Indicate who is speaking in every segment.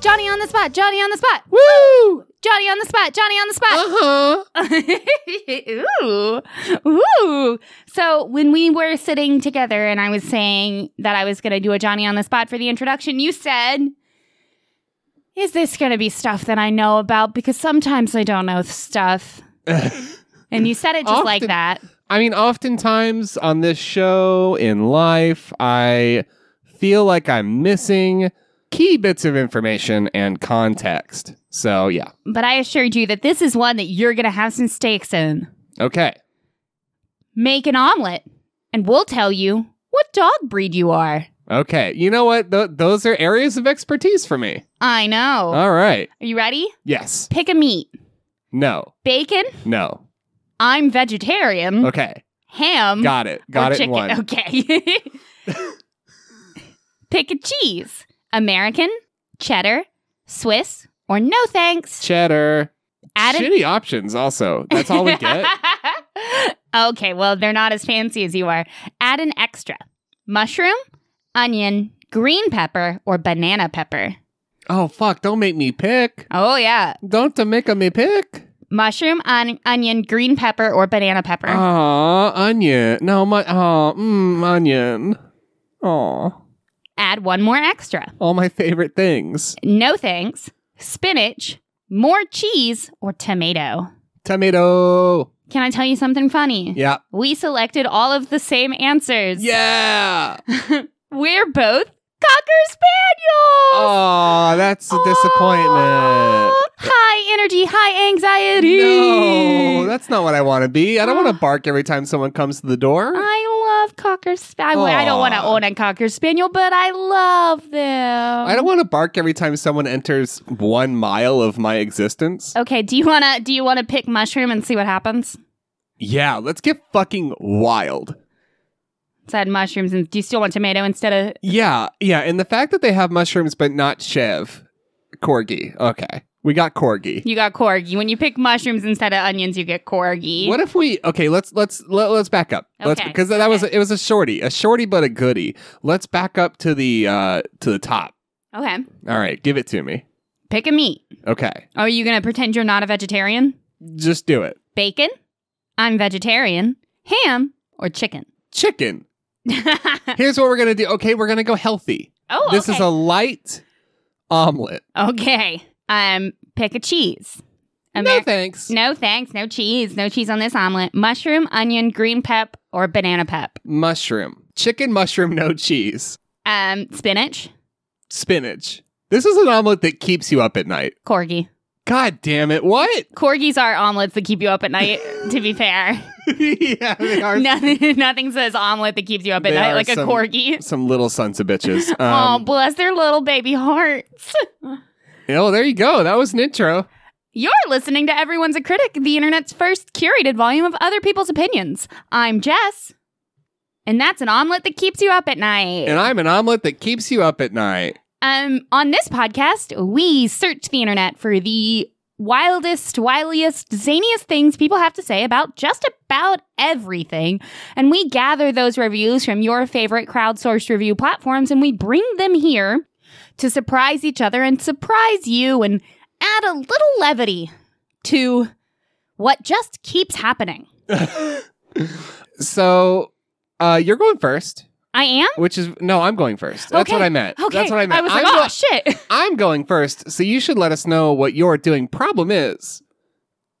Speaker 1: Johnny on the spot. Johnny on the spot.
Speaker 2: Woo!
Speaker 1: Johnny on the spot. Johnny on the spot.
Speaker 2: Uh huh. Oh.
Speaker 1: ooh, ooh. So when we were sitting together and I was saying that I was going to do a Johnny on the spot for the introduction, you said, "Is this going to be stuff that I know about? Because sometimes I don't know stuff." and you said it just like
Speaker 2: Often-
Speaker 1: that.
Speaker 2: I mean, oftentimes on this show, in life, I feel like I'm missing key bits of information and context. So, yeah.
Speaker 1: But I assured you that this is one that you're going to have some stakes in.
Speaker 2: Okay.
Speaker 1: Make an omelet, and we'll tell you what dog breed you are.
Speaker 2: Okay. You know what? Th- those are areas of expertise for me.
Speaker 1: I know.
Speaker 2: All right.
Speaker 1: Are you ready?
Speaker 2: Yes.
Speaker 1: Pick a meat.
Speaker 2: No.
Speaker 1: Bacon.
Speaker 2: No.
Speaker 1: I'm vegetarian.
Speaker 2: Okay.
Speaker 1: Ham.
Speaker 2: Got it. Got
Speaker 1: Mm-hmm. or
Speaker 2: it. in
Speaker 1: chicken.
Speaker 2: One.
Speaker 1: Okay. Pick a cheese. American, cheddar, Swiss, or no thanks.
Speaker 2: Cheddar.
Speaker 1: Add an-
Speaker 2: Shitty options. Also, that's all we get.
Speaker 1: okay, well, they're not as fancy as you are. Add an extra. Mushroom, onion, green pepper, or banana pepper.
Speaker 2: oh fuck! Don't make me pick.
Speaker 1: Oh yeah.
Speaker 2: Don't to make me pick.
Speaker 1: Mushroom, on- onion, green pepper, or banana pepper.
Speaker 2: Uh, Aw, onion. No, my aw, mm, onion. Aw,
Speaker 1: Add one more extra.
Speaker 2: all my favorite things:
Speaker 1: No thanks. Spinach, more cheese, or tomato.
Speaker 2: tomato.
Speaker 1: Can I tell you something funny?
Speaker 2: Yeah,
Speaker 1: We selected all of the same answers.
Speaker 2: yeah.
Speaker 1: We're both Cocker Spaniels.
Speaker 2: Aw, that's Oh, a disappointment.
Speaker 1: Aw, High energy, high anxiety.
Speaker 2: No, that's not what I want to be. I don't want to bark every time someone comes to the door.
Speaker 1: I love Cocker Spaniel. I don't
Speaker 2: Aw.
Speaker 1: want to own a Cocker Spaniel, but I love them.
Speaker 2: I don't want to bark every time someone enters one mile of my existence.
Speaker 1: Okay, do you wanna do you wanna pick mushroom and see what happens?
Speaker 2: Yeah, let's get fucking wild.
Speaker 1: Said mushrooms and do you still want tomato instead of
Speaker 2: Yeah, yeah, and the fact that they have mushrooms but not Chev, corgi. Okay, we got corgi.
Speaker 1: You got corgi. When you pick mushrooms instead of onions, you get corgi.
Speaker 2: What if we? Okay, let's let's let, let's back up. Let's
Speaker 1: Okay,
Speaker 2: because that was
Speaker 1: okay.
Speaker 2: it was a shorty, a shorty but a goody. Let's back up to the uh to the top.
Speaker 1: okay.
Speaker 2: All right, give it to me.
Speaker 1: Pick a meat.
Speaker 2: Okay,
Speaker 1: Are you going to pretend you're not a vegetarian?
Speaker 2: just do it.
Speaker 1: Bacon? I'm vegetarian. Ham or chicken?
Speaker 2: Chicken.
Speaker 1: oh,
Speaker 2: Here's what we're gonna do. Okay, we're gonna go healthy. this is a light omelet.
Speaker 1: Okay. Um pick a cheese.
Speaker 2: no
Speaker 1: Ameri-
Speaker 2: thanks.
Speaker 1: no thanks, no cheese, no cheese on this omelet. Mushroom, onion, green pep or banana pep.
Speaker 2: Mushroom. Chicken mushroom. No cheese.
Speaker 1: Um spinach,
Speaker 2: Spinach. This is an omelet that keeps you up at night.
Speaker 1: corgi.
Speaker 2: God damn it! What?
Speaker 1: Corgis are omelets that keep you up at night, to be fair.
Speaker 2: yeah, they are
Speaker 1: Nothing, nothing says omelet that keeps you up at
Speaker 2: They
Speaker 1: night
Speaker 2: are
Speaker 1: like a
Speaker 2: some-
Speaker 1: corgi.
Speaker 2: some little sons of bitches.
Speaker 1: oh,
Speaker 2: Um,
Speaker 1: bless their little baby hearts.
Speaker 2: oh, there you go. That was an intro.
Speaker 1: You're listening to Everyone's a Critic, the internet's first curated volume of other people's opinions. I'm Jess, and that's an omelet that keeps you up at night.
Speaker 2: And I'm an omelet that keeps you up at night.
Speaker 1: Um, on this podcast, we search the internet for the wildest, wiliest, zaniest things people have to say about just about everything. And we gather those reviews from your favorite crowdsourced review platforms and we bring them here to surprise each other and surprise you and add a little levity to what just keeps happening.
Speaker 2: So uh, you're going first,
Speaker 1: I am?
Speaker 2: which is no, I'm going first. That's
Speaker 1: Okay.
Speaker 2: what I meant.
Speaker 1: Okay.
Speaker 2: That's what I meant.
Speaker 1: was
Speaker 2: I'm,
Speaker 1: like,
Speaker 2: go-
Speaker 1: oh, shit.
Speaker 2: I'm going first, so you should let us know what you're doing. Problem is,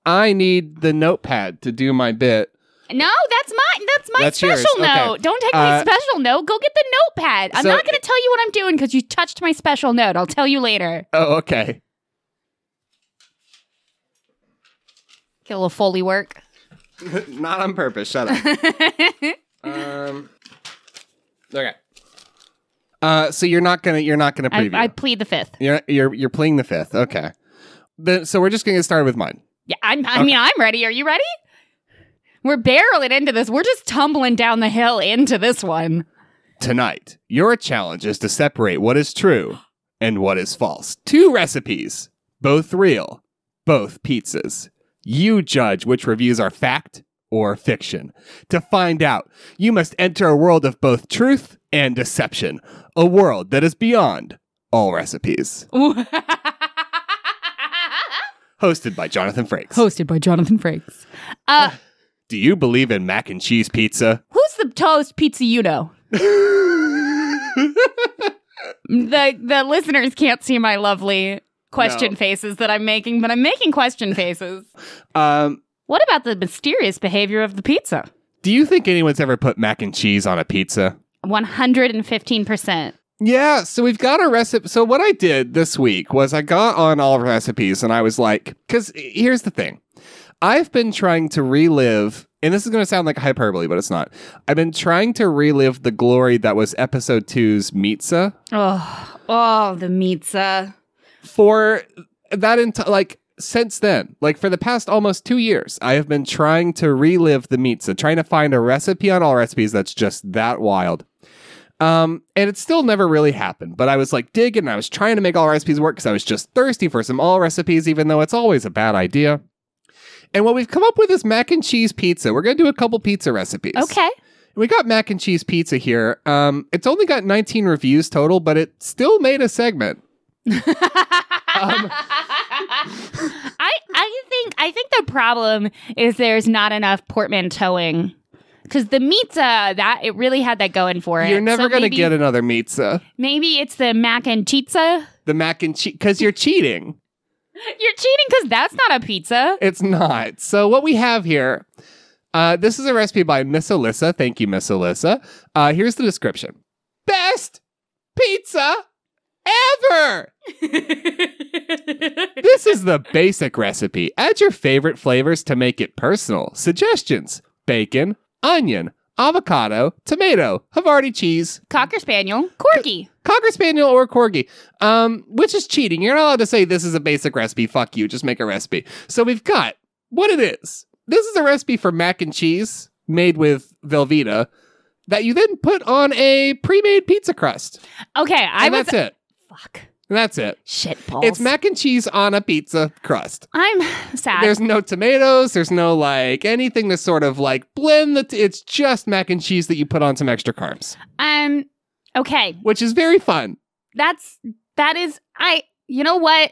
Speaker 2: I need the notepad to do my bit.
Speaker 1: No, that's my that's my
Speaker 2: That's
Speaker 1: special
Speaker 2: yours. Okay.
Speaker 1: note. Don't take my
Speaker 2: Uh,
Speaker 1: special note. Go get the notepad. I'm
Speaker 2: So-
Speaker 1: not going to tell you what I'm doing because you touched my special note. I'll tell you later.
Speaker 2: Oh, okay.
Speaker 1: Get a little foley work.
Speaker 2: Not on purpose. Shut up. um, okay. Uh, so you're not gonna you're not gonna
Speaker 1: I,
Speaker 2: preview.
Speaker 1: I plead the fifth.
Speaker 2: you're you're you're playing the fifth. Okay. Then so we're just gonna get started with mine.
Speaker 1: Yeah, I'm, I mean, I'm ready. Are you ready? We're barreling into this. We're just tumbling down the hill into this one.
Speaker 2: Tonight, your challenge is to separate what is true and what is false. Two recipes, both real, both pizzas. You judge which reviews are fact or fiction. To find out, you must enter a world of both truth and deception, a world that is beyond all recipes. Hosted by Jonathan Frakes.
Speaker 1: Hosted by Jonathan Frakes. Uh,
Speaker 2: Do you believe in mac and cheese pizza?
Speaker 1: who's the tallest pizza you know? The the listeners can't see my lovely question
Speaker 2: No.
Speaker 1: faces that I'm making, but I'm making question faces.
Speaker 2: um,
Speaker 1: what about the mysterious behavior of the pizza?
Speaker 2: do you think anyone's ever put mac and cheese on a pizza?
Speaker 1: 115%.
Speaker 2: Yeah, so we've got a recipe. So what I did this week was I got on all recipes and I was like, because here's the thing, I've been trying to relive, and this is going to sound like hyperbole, but it's not. I've been trying to relive the glory that was episode two's Mitza
Speaker 1: Oh, oh, the pizza.
Speaker 2: for that entire like since then, like for the past almost two years, I have been trying to relive the Mitza, trying to find a recipe on all recipes that's just that wild. Um, and it still never really happened, but I was like digging and I was trying to make all recipes work because I was just thirsty for some all recipes, even though it's always a bad idea. And what we've come up with is mac and cheese pizza. We're gonna do a couple pizza recipes.
Speaker 1: Okay.
Speaker 2: We got mac and cheese pizza here. Um, it's only got 19 reviews total, but it still made a segment. Um,
Speaker 1: I I think I think the problem is there's not enough portmanteauing because the pizza that it really had that going for it.
Speaker 2: You're never
Speaker 1: So
Speaker 2: gonna
Speaker 1: maybe-
Speaker 2: get another pizza.
Speaker 1: Maybe it's the mac and pizza.
Speaker 2: The mac and cheese because you're cheating.
Speaker 1: You're cheating because that's not a pizza.
Speaker 2: It's not. So what we have here, uh, this is a recipe by Miss Alyssa. Thank you, Miss Alyssa. Uh, here's the description: best pizza ever. This is the basic recipe. Add your favorite flavors to make it personal. Suggestions: bacon, onion, avocado, tomato, Havarti cheese,
Speaker 1: Cocker spaniel, corgi.
Speaker 2: Cocker Spaniel or Corgi, um, which is cheating. You're not allowed to say this is a basic recipe. Fuck you. Just make a recipe. So we've got what it is. This is a recipe for mac and cheese made with Velveeta that you then put on a pre-made pizza crust.
Speaker 1: Okay, I
Speaker 2: and
Speaker 1: was
Speaker 2: that's it.
Speaker 1: fuck
Speaker 2: And that's it.
Speaker 1: shit balls.
Speaker 2: It's mac and cheese on a pizza crust.
Speaker 1: I'm sad.
Speaker 2: There's no tomatoes. There's no like anything to sort of like blend. The t- it's just mac and cheese that you put on some extra carbs,
Speaker 1: um. Okay,
Speaker 2: which is very fun.
Speaker 1: that's that is I. You know what?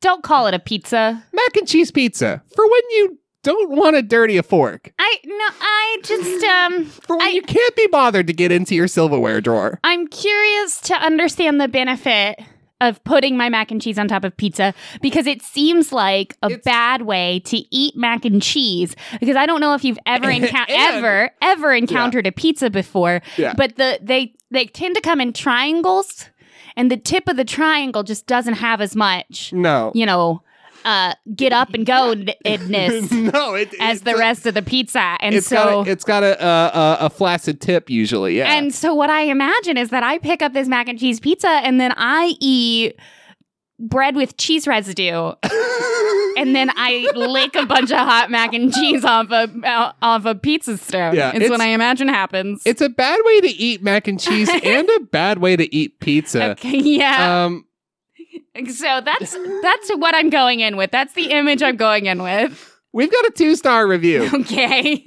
Speaker 1: Don't call it a pizza.
Speaker 2: mac and cheese pizza for when you don't want to dirty a fork,
Speaker 1: I no. I just um.
Speaker 2: for when
Speaker 1: I-
Speaker 2: you can't be bothered to get into your silverware drawer.
Speaker 1: I'm curious to understand the benefit of putting my mac and cheese on top of pizza because it seems like a
Speaker 2: It's-
Speaker 1: bad way to eat mac and cheese because I don't know if you've ever encou-
Speaker 2: And-
Speaker 1: ever ever encountered a pizza before
Speaker 2: Yeah.
Speaker 1: but the they they tend to come in triangles and the tip of the triangle just doesn't have as much
Speaker 2: No.
Speaker 1: you know uh get up and go ness
Speaker 2: no, it,
Speaker 1: as
Speaker 2: it's
Speaker 1: the
Speaker 2: a-
Speaker 1: rest of the pizza and
Speaker 2: It's
Speaker 1: so
Speaker 2: got a, it's got a, a, a, a flaccid tip usually. Yeah.
Speaker 1: and so what I imagine is that I pick up this mac and cheese pizza and then I eat bread with cheese residue and then I lick a bunch of hot mac and cheese off a uh, off a pizza stone.
Speaker 2: Yeah,
Speaker 1: is
Speaker 2: it's-
Speaker 1: what I imagine happens.
Speaker 2: it's a bad way to eat mac and cheese and a bad way to eat pizza.
Speaker 1: okay, yeah.
Speaker 2: Um,
Speaker 1: so that's that's what I'm going in with. That's the image I'm going in with.
Speaker 2: we've got a two star review.
Speaker 1: Okay.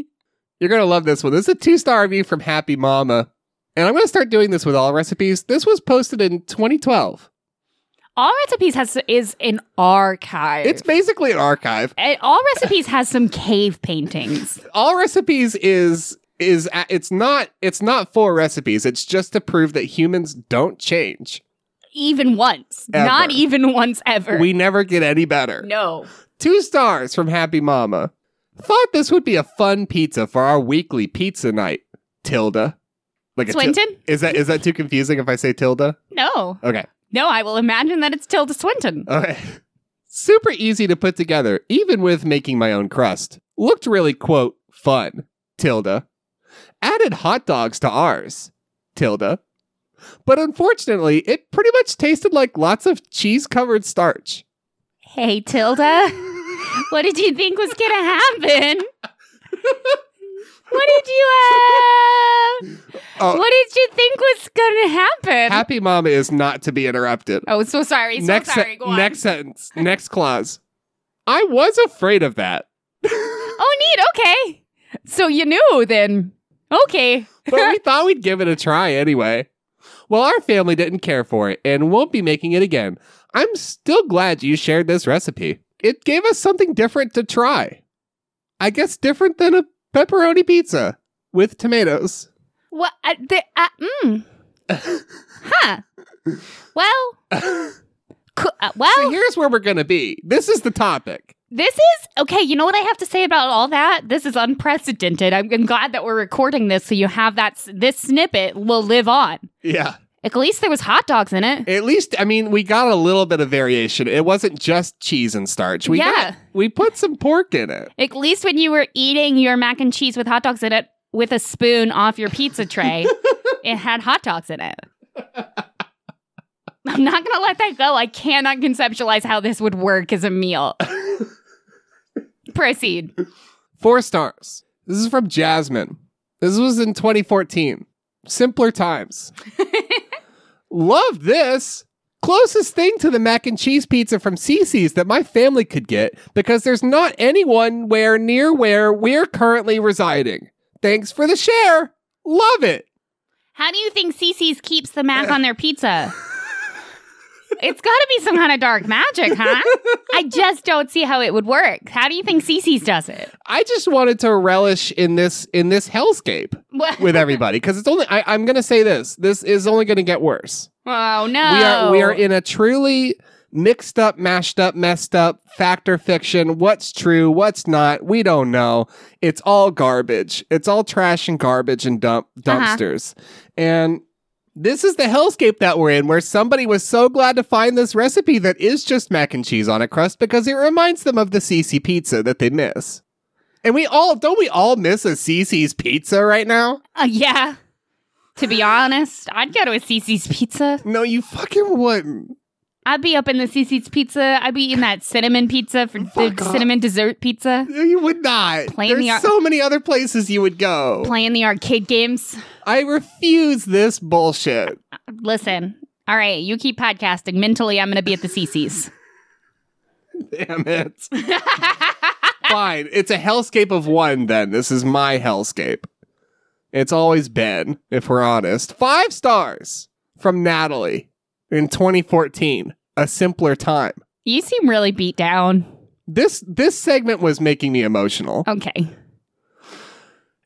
Speaker 2: You're gonna love this one. This is a two star review from Happy Mama, and I'm gonna start doing this with all recipes. This was posted in 2012.
Speaker 1: All recipes has is an archive.
Speaker 2: It's basically an archive.
Speaker 1: Uh, all recipes has some cave paintings.
Speaker 2: all recipes is is a- it's not it's not for recipes it's just to prove that humans don't change
Speaker 1: Even once.
Speaker 2: Ever.
Speaker 1: Not even once ever.
Speaker 2: we never get any better
Speaker 1: No.
Speaker 2: two stars from happy mama thought this would be a fun pizza for our weekly pizza night tilda like a til-
Speaker 1: Swinton?
Speaker 2: is that is that too confusing if i say tilda
Speaker 1: No.
Speaker 2: okay
Speaker 1: No, I will imagine that it's Tilda Swinton.
Speaker 2: Okay. Super easy to put together, even with making my own crust. Looked really, quote, fun, tilde. Added hot dogs to ours, tilde. But unfortunately, it pretty much tasted like lots of cheese covered starch.
Speaker 1: Hey, Tilda, what did you think was going to happen? What did you uh,
Speaker 2: Oh.
Speaker 1: What did you think was going to happen?
Speaker 2: Happy Mama is not to be interrupted.
Speaker 1: oh, so sorry. So
Speaker 2: next,
Speaker 1: sorry.
Speaker 2: sen-
Speaker 1: Go on.
Speaker 2: next sentence, next clause. I was afraid of that.
Speaker 1: Oh, neat. Okay. So you knew then. Okay.
Speaker 2: but we thought we'd give it a try anyway. Well, our family didn't care for it and won't be making it again. I'm still glad you shared this recipe. It gave us something different to try. I guess different than a pepperoni pizza with tomatoes.
Speaker 1: What? Uh, the, uh, mm. huh. Well. cou- uh, well.
Speaker 2: So here's where we're going to be. This is the topic.
Speaker 1: This is okay. You know what I have to say about all that? This is unprecedented. I'm, I'm glad that we're recording this, so you have that. s- This snippet will live on.
Speaker 2: Yeah.
Speaker 1: At least there was hot dogs in it.
Speaker 2: At least, I mean, we got a little bit of variation. It wasn't just cheese and starch. We
Speaker 1: Yeah.
Speaker 2: got- we put some pork in it.
Speaker 1: At least when you were eating your mac and cheese with hot dogs in it with a spoon off your pizza tray, it had hot dogs in it. I'm not gonna let that go. I cannot conceptualize how this would work as a meal. Proceed.
Speaker 2: Four stars. This is from Jasmine. This was in 2014. Simpler times. Love this. Closest thing to the mac and cheese pizza from Cece's that my family could get because there's not anyone where near where we're currently residing. Thanks for the share. Love it.
Speaker 1: How do you think CC's keeps the mac on their pizza? It's got to be some kind of dark magic, huh? I just don't see how it would work. How do you think CC's does it?
Speaker 2: I just wanted to relish in this in this hellscape
Speaker 1: What?
Speaker 2: with everybody because it's only I, I'm going to say this. This is only going to get worse.
Speaker 1: Oh no.
Speaker 2: We are we are in a truly mixed up, mashed up, messed up fact or fiction. What's true? What's not? We don't know. It's all garbage. It's all trash and garbage and dump
Speaker 1: Uh-huh.
Speaker 2: dumpsters. And this is the hellscape that we're in, where somebody was so glad to find this recipe that is just mac and cheese on a crust because it reminds them of the CC pizza that they miss. And we all don't we all miss a CC's pizza right now?
Speaker 1: Uh, yeah. To be honest, I'd go to a CC's pizza.
Speaker 2: No, you fucking wouldn't.
Speaker 1: I'd be up in the CC's pizza. I'd be eating that cinnamon pizza for the
Speaker 2: Fuck off.
Speaker 1: cinnamon dessert pizza.
Speaker 2: You would not.
Speaker 1: Playing
Speaker 2: There's
Speaker 1: the ar-
Speaker 2: so many other places you would go.
Speaker 1: Playing the arcade games.
Speaker 2: I refuse this bullshit.
Speaker 1: Listen. All right, you keep podcasting. Mentally, I'm going to be at the CC's.
Speaker 2: Damn it. Fine. It's a hellscape of one then. This is my hellscape. It's always been, if we're honest. Five stars from Natalie in 2014. A simpler time.
Speaker 1: you seem really beat down.
Speaker 2: This this segment was making me emotional.
Speaker 1: Okay.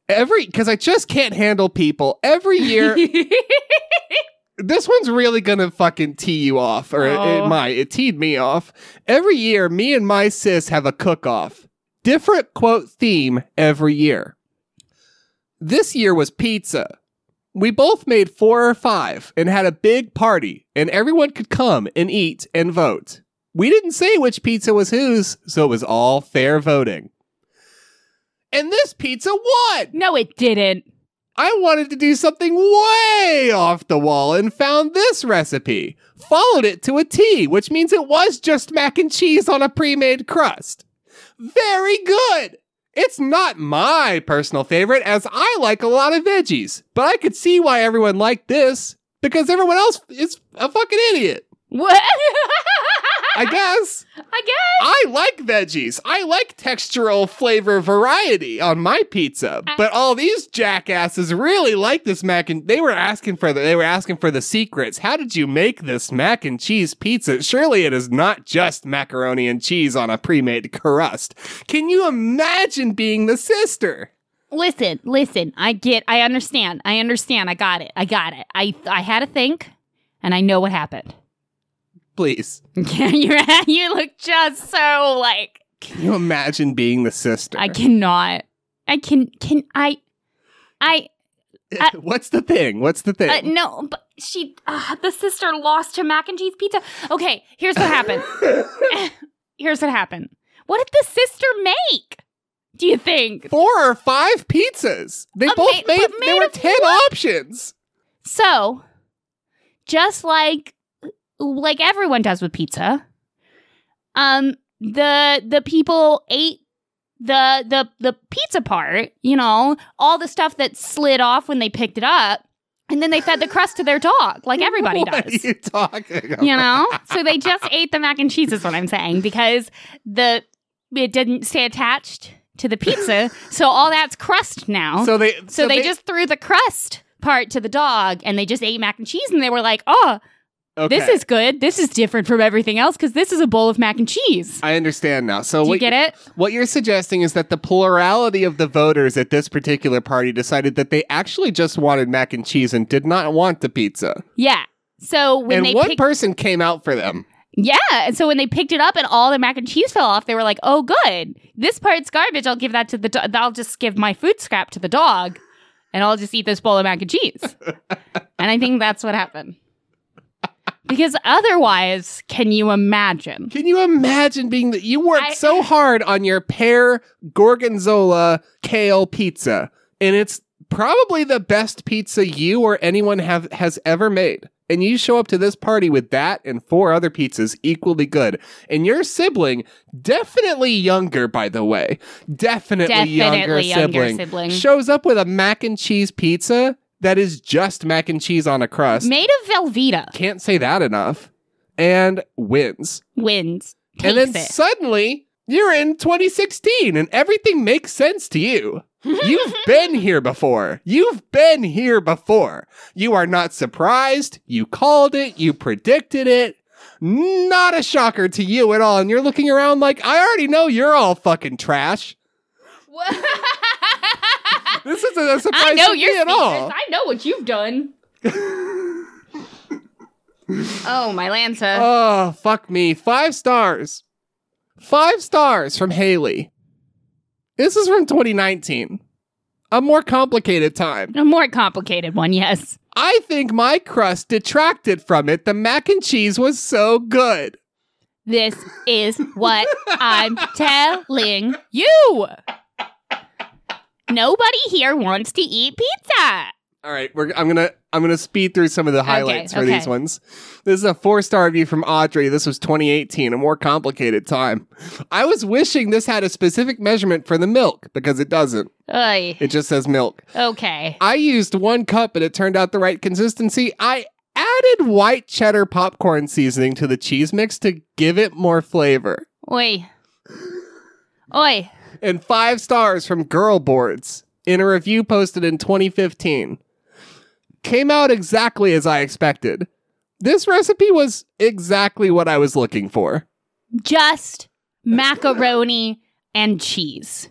Speaker 2: Every because I just can't handle people. Every year this one's really gonna fucking tee you off, or it,
Speaker 1: Oh.
Speaker 2: it might. It teed me off. Every year, me and my sis have a cook off. Different quote theme every year. This year was pizza. We both made four or five and had a big party, and everyone could come and eat and vote. We didn't say which pizza was whose, so it was all fair voting. And this pizza won!
Speaker 1: no, it didn't.
Speaker 2: I wanted to do something way off the wall and found this recipe. Followed it to a T, which means it was just mac and cheese on a pre made crust. Very good! It's not my personal favorite, as I like a lot of veggies, but I could see why everyone liked this, because everyone else is a fucking idiot.
Speaker 1: What?
Speaker 2: I guess.
Speaker 1: I guess.
Speaker 2: I like veggies. I like textural flavor variety on my pizza.
Speaker 1: Uh,
Speaker 2: But all these jackasses really like this mac and they were asking for the they were asking for the secrets. How did you make this mac and cheese pizza? Surely it is not just macaroni and cheese on a pre-made crust. Can you imagine being the sister?
Speaker 1: Listen, listen. I get. I understand. I understand. I got it. I got it. I I had to think, and I know what happened.
Speaker 2: Please.
Speaker 1: Yeah, you you look just so like
Speaker 2: Can you imagine being the sister?
Speaker 1: I cannot. I can can I I
Speaker 2: What's the thing? What's the thing?
Speaker 1: uh, no. But she uh, the sister lost to mac and cheese pizza. Okay, here's what happened. here's what happened. What did the sister make? Do you think?
Speaker 2: Four or five pizzas. They
Speaker 1: Uh,
Speaker 2: both
Speaker 1: ma-
Speaker 2: made,
Speaker 1: but
Speaker 2: there
Speaker 1: made
Speaker 2: were
Speaker 1: of
Speaker 2: ten options.
Speaker 1: So, just like like everyone does with pizza. Um the the people ate the the the pizza part, you know, all the stuff that slid off when they picked it up, and then they fed the crust to their dog, like everybody
Speaker 2: what
Speaker 1: does
Speaker 2: Are you talking about?
Speaker 1: you know so they just ate the mac and cheese is what i'm saying because the it didn't stay attached to the pizza so all that's crust now so,
Speaker 2: So they
Speaker 1: they, just threw the crust part to the dog and they just ate mac and cheese and they were like oh this
Speaker 2: okay.
Speaker 1: is good this is different from everything else because this is a bowl of mac and cheese
Speaker 2: I understand now. So
Speaker 1: do you
Speaker 2: what,
Speaker 1: get it
Speaker 2: what you're suggesting is that the plurality of the voters at this particular party decided that they actually just wanted mac and cheese and did not want the pizza.
Speaker 1: yeah so when
Speaker 2: and
Speaker 1: they
Speaker 2: one
Speaker 1: picked
Speaker 2: person came out for them.
Speaker 1: yeah and so when they picked it up and all the mac and cheese fell off they were like oh good this part's garbage i'll give that to the do- i'll just give my food scrap to the dog and I'll just eat this bowl of mac and cheese. and I think that's what happened. Because otherwise, can you imagine?
Speaker 2: Can you imagine being that you worked
Speaker 1: I-
Speaker 2: so hard on your pear gorgonzola kale pizza, and it's probably the best pizza you or anyone have has ever made. And you show up to this party with that and four other pizzas equally good. And your sibling, definitely younger, by the way, definitely, younger, sibling, shows up with a mac and cheese pizza that is just mac and cheese on a crust.
Speaker 1: Made of Velveeta
Speaker 2: Can't say that enough. And wins
Speaker 1: wins. Takes
Speaker 2: and then
Speaker 1: it.
Speaker 2: suddenly you're in 2016 and everything makes sense to you. You've been here before. You've been here before. You are not surprised. You called it. You predicted it. Not a shocker to you at all. And you're looking around like, I already know you're all fucking trash. This isn't a surprise
Speaker 1: I know
Speaker 2: to
Speaker 1: your
Speaker 2: me at
Speaker 1: secrets.
Speaker 2: all.
Speaker 1: I know what you've done. oh, my Lanta.
Speaker 2: Oh, fuck me. Five stars. Five stars from Haley. This is from 2019. A more complicated time.
Speaker 1: a more complicated one, yes.
Speaker 2: I think my crust detracted from it. The mac and cheese was so good.
Speaker 1: This is what I'm telling you. Nobody here wants to eat pizza.
Speaker 2: All right, we're, I'm gonna I'm gonna speed through some of the highlights for
Speaker 1: okay.
Speaker 2: these ones. This is a four star review from Audrey. This was 2018, a more complicated time. I was wishing this had a specific measurement for the milk because it doesn't.
Speaker 1: Oy.
Speaker 2: It just says milk.
Speaker 1: Okay.
Speaker 2: I used one cup and it turned out the right consistency. I added white cheddar popcorn seasoning to the cheese mix to give it more flavor.
Speaker 1: Oi. Oi.
Speaker 2: and five stars from Girl Boards in a review posted in 2015. Came out exactly as I expected. This recipe was exactly what I was looking for.
Speaker 1: Just macaroni and cheese.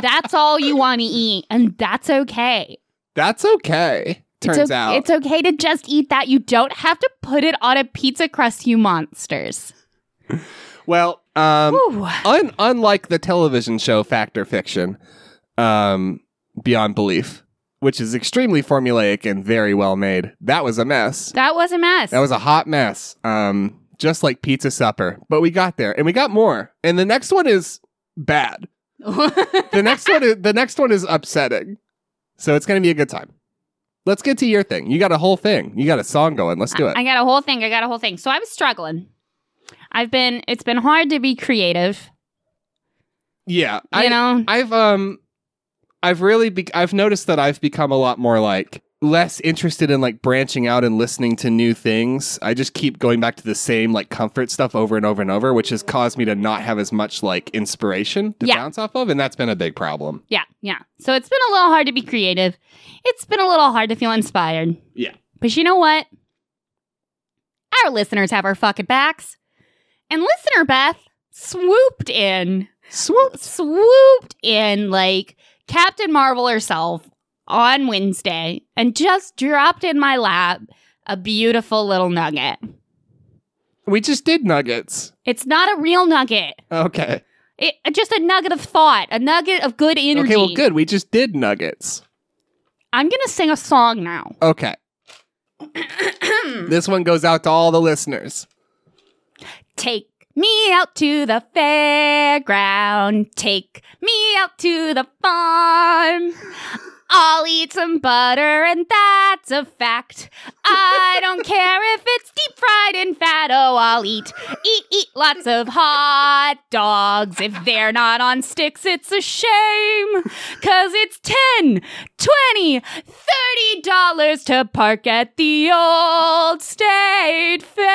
Speaker 1: That's all you want to eat, and that's okay.
Speaker 2: That's okay, turns
Speaker 1: it's o-
Speaker 2: out.
Speaker 1: It's okay to just eat that. You don't have to put it on a pizza crust, you monsters.
Speaker 2: well, um,
Speaker 1: Whew.
Speaker 2: un- unlike the television show Fact or Fiction, um, Beyond Belief, which is extremely formulaic and very well made, that was a mess.
Speaker 1: That was a mess.
Speaker 2: That was a hot mess. Um, just like pizza supper, but we got there and we got more. And the next one is bad. The next one is the next one is upsetting. So it's gonna be a good time. Let's get to your thing. You got a whole thing. You got a song going. Let's do it.
Speaker 1: I got a whole thing. I got a whole thing. So I was struggling. I've been. It's been hard to be creative.
Speaker 2: yeah,
Speaker 1: You
Speaker 2: I
Speaker 1: know.
Speaker 2: I've um, I've really be- I've noticed that I've become a lot more like less interested in like branching out and listening to new things. I just keep going back to the same like comfort stuff over and over and over, which has caused me to not have as much like inspiration to
Speaker 1: Yeah.
Speaker 2: bounce off of, and that's been a big problem.
Speaker 1: yeah. Yeah. So it's been a little hard to be creative. It's been a little hard to feel inspired.
Speaker 2: Yeah.
Speaker 1: But you know what? Our listeners have our fucking backs, and listener Beth swooped in.
Speaker 2: Swoop.
Speaker 1: swooped in like Captain Marvel herself on Wednesday and just dropped in my lap a beautiful little nugget.
Speaker 2: We just did nuggets.
Speaker 1: It's not a real nugget.
Speaker 2: Okay.
Speaker 1: It just a nugget of thought, a nugget of good energy.
Speaker 2: Okay. Well, good. We just did nuggets.
Speaker 1: I'm gonna sing a song now.
Speaker 2: Okay. this one goes out to all the listeners.
Speaker 1: Take me out to the fairground. Take me out to the farm. I'll eat some butter, and that's a fact. I don't care if it's deep fried in fat. Oh, I'll eat, eat, eat lots of hot dogs. If they're not on sticks, it's a shame. Cause it's 10, 20, 30 dollars to park at the old state fair.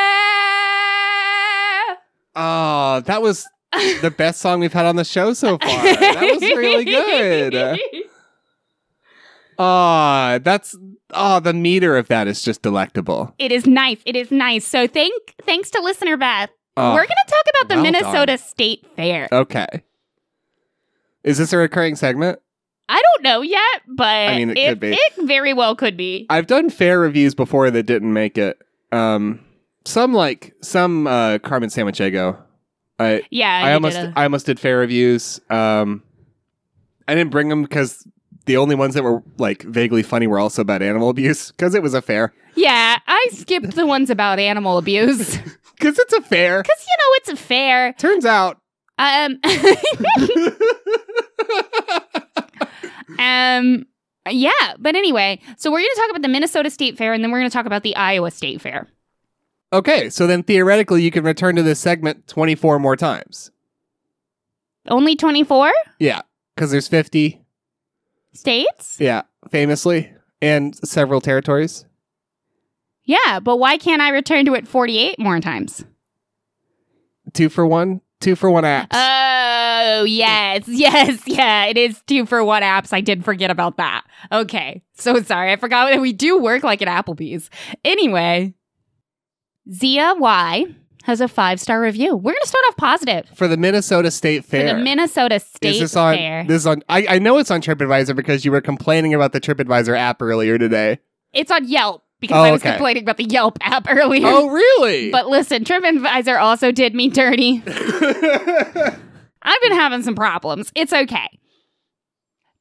Speaker 2: Oh, that was the best song we've had on the show so far. That was really good. Ah, that's ah, the meter of that is just delectable.
Speaker 1: It is nice. It is nice. So thank thanks to listener Beth.
Speaker 2: Ah,
Speaker 1: We're going to talk about the
Speaker 2: well done.
Speaker 1: Minnesota State Fair.
Speaker 2: okay. Is this a recurring segment?
Speaker 1: I don't know yet, but
Speaker 2: I mean, it could be.
Speaker 1: it very well could be.
Speaker 2: I've done fair reviews before that didn't make it. Um, some like some uh, Carmen Sanmanchego. I
Speaker 1: yeah,
Speaker 2: I
Speaker 1: you
Speaker 2: almost
Speaker 1: did a-
Speaker 2: I almost did fair reviews. Um, I didn't bring them because the only ones that were like vaguely funny were also about animal abuse because it was a fair
Speaker 1: yeah, I skipped the ones about animal abuse because you
Speaker 2: because it's a fair.
Speaker 1: know it's a fair.
Speaker 2: Turns out,
Speaker 1: Um, um, yeah, but anyway, so we're going to talk about the Minnesota State Fair, and then we're going to talk about the Iowa State Fair.
Speaker 2: okay, so then theoretically you can return to this segment twenty four more times.
Speaker 1: Only twenty four
Speaker 2: Yeah, because there's fifty.
Speaker 1: states.
Speaker 2: Yeah, famously, and several territories.
Speaker 1: Yeah, but why can't I return to it forty eight more times?
Speaker 2: Two for one. Two for one apps.
Speaker 1: Oh, yes, yes, yeah. It is two for one apps. I did forget about that. Okay. So sorry. I forgot that we do work like at Applebee's. Anyway, Zia Y has a five star review. We're going to start off positive
Speaker 2: for the Minnesota State Fair.
Speaker 1: for the Minnesota State
Speaker 2: is this on?
Speaker 1: Fair.
Speaker 2: This is on. I, I know it's on TripAdvisor because you were complaining about the TripAdvisor app earlier today.
Speaker 1: it's on Yelp because
Speaker 2: Oh,
Speaker 1: I was
Speaker 2: okay.
Speaker 1: complaining about the Yelp app earlier.
Speaker 2: oh, really?
Speaker 1: But listen, TripAdvisor also did me dirty. I've been having some problems. It's okay.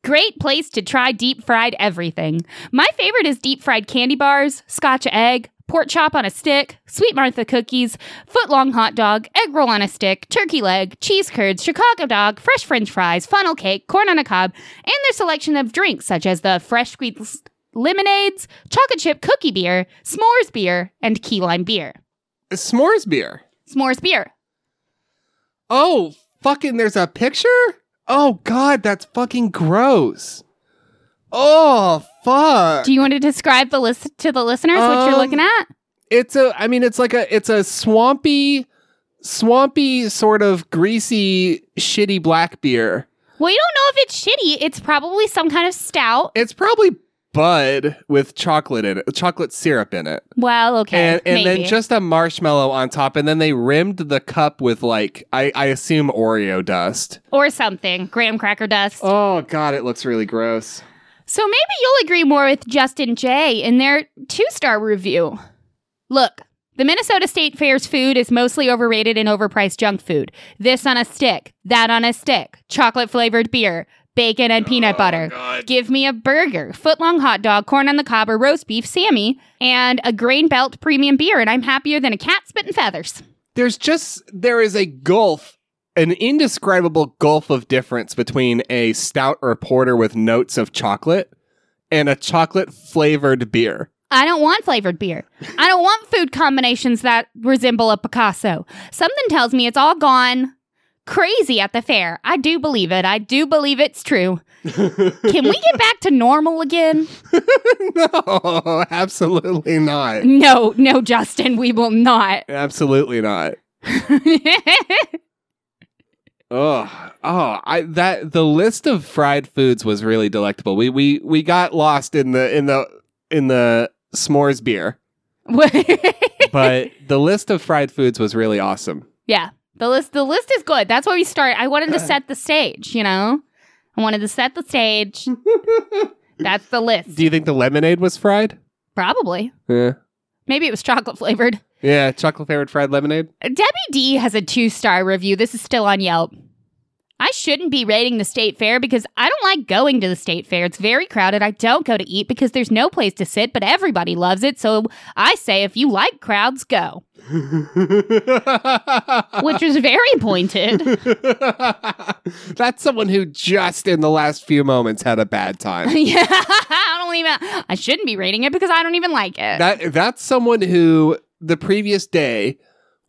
Speaker 1: Great place to try deep fried everything. My favorite is deep fried candy bars, scotch egg, pork chop on a stick, sweet Martha cookies, foot long hot dog, egg roll on a stick, turkey leg, cheese curds, Chicago dog, fresh french fries, funnel cake, corn on a cob, and their selection of drinks such as the fresh squeezed lemonades, chocolate chip cookie beer, s'mores beer, and key lime beer.
Speaker 2: S'mores beer.
Speaker 1: S'mores beer.
Speaker 2: Oh, fucking. There's a picture. Oh God, that's fucking gross. Oh fuck.
Speaker 1: Do you want to describe the list to the listeners what you're
Speaker 2: Um,
Speaker 1: looking at?
Speaker 2: it's a. I mean, it's like a. It's a swampy, swampy sort of greasy, shitty black beer.
Speaker 1: Well, you don't know if it's shitty. It's probably some kind of stout.
Speaker 2: It's probably Bud with chocolate in it, chocolate syrup in it,
Speaker 1: Well, okay,
Speaker 2: and and
Speaker 1: maybe.
Speaker 2: then just a marshmallow on top, and then they rimmed the cup with like I, I assume Oreo dust.
Speaker 1: or something, graham cracker dust.
Speaker 2: Oh god, it looks really gross.
Speaker 1: So maybe you'll agree more with Justin J in their two-star review. Look, the Minnesota State Fair's food is mostly overrated and overpriced junk food. This on a stick, that on a stick, chocolate flavored beer, bacon and peanut butter. Give me a burger, footlong hot dog, corn on the cob, or roast beef, Sammy, and a grain belt premium beer, and I'm happier than a cat spitting feathers.
Speaker 2: There's just there is a gulf, an indescribable gulf of difference between a stout or porter with notes of chocolate and a chocolate flavored beer.
Speaker 1: I don't want flavored beer. I don't want food combinations that resemble a Picasso. Something tells me it's all gone crazy at the fair. I do believe it. I do believe it's true. Can we get back to normal again?
Speaker 2: no, absolutely not.
Speaker 1: No, no, Justin, we will not.
Speaker 2: Absolutely not. Ugh. Oh, I that the list of fried foods was really delectable. We we we got lost in the in the in the s'mores beer, but the list of fried foods was really awesome.
Speaker 1: yeah. The list the list is good. That's why we start. I wanted to set the stage, you know? I wanted to set the stage. That's the list.
Speaker 2: Do you think the lemonade was fried?
Speaker 1: Probably.
Speaker 2: Yeah.
Speaker 1: Maybe it was chocolate flavored.
Speaker 2: Yeah, chocolate flavored fried lemonade.
Speaker 1: Debbie D has a two star review. This is still on Yelp. I shouldn't be rating the state fair because I don't like going to the state fair. It's very crowded. I don't go to eat because there's no place to sit, but everybody loves it. So I say if you like crowds, go. Which was very pointed.
Speaker 2: That's someone who just in the last few moments had a bad time.
Speaker 1: yeah. I don't even I shouldn't be rating it because I don't even like it.
Speaker 2: That that's someone who the previous day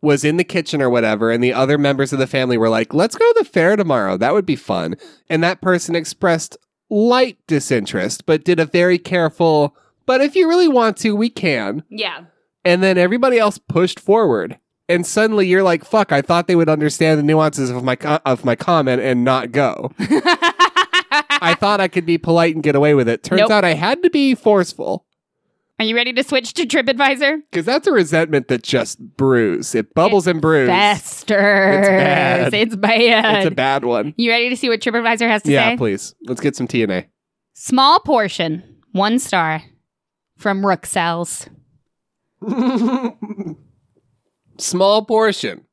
Speaker 2: was in the kitchen or whatever, and the other members of the family were like, "Let's go to the fair tomorrow. That would be fun." And that person expressed light disinterest, but did a very careful. But if you really want to, we can.
Speaker 1: yeah.
Speaker 2: And then everybody else pushed forward, and suddenly you're like, "Fuck! I thought they would understand the nuances of my co- of my comment and not go." I thought I could be polite and get away with it. Turns
Speaker 1: Nope.
Speaker 2: out I had to be forceful.
Speaker 1: Are you ready to switch to TripAdvisor?
Speaker 2: Because that's a resentment that just brews. It bubbles and brews.
Speaker 1: Fester.
Speaker 2: It's bad.
Speaker 1: It's bad.
Speaker 2: It's a bad one.
Speaker 1: you ready to see what TripAdvisor has to
Speaker 2: Yeah,
Speaker 1: say?
Speaker 2: please. Let's get some TNA.
Speaker 1: Small portion, one star from Rook Cells.
Speaker 2: Small portion.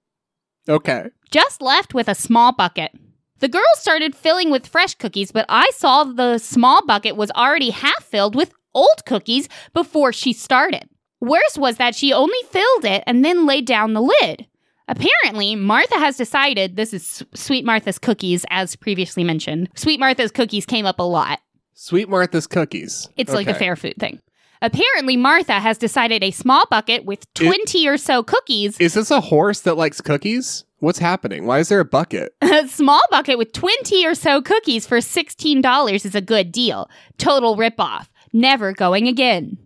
Speaker 2: Okay.
Speaker 1: Just left with a small bucket. The girls started filling with fresh cookies, but I saw the small bucket was already half filled with old cookies before she started. Worse was that she only filled it and then laid down the lid. Apparently, Martha has decided this is S- Sweet Martha's cookies, as previously mentioned. Sweet Martha's cookies came up a lot.
Speaker 2: Sweet Martha's cookies.
Speaker 1: It's like a
Speaker 2: Okay.
Speaker 1: fair food thing. Apparently, Martha has decided a small bucket with 20 or so cookies,
Speaker 2: Is this a horse that likes cookies? What's happening? Why is there a bucket?
Speaker 1: a small bucket with 20 or so cookies for $16 is a good deal. Total ripoff. Never going again.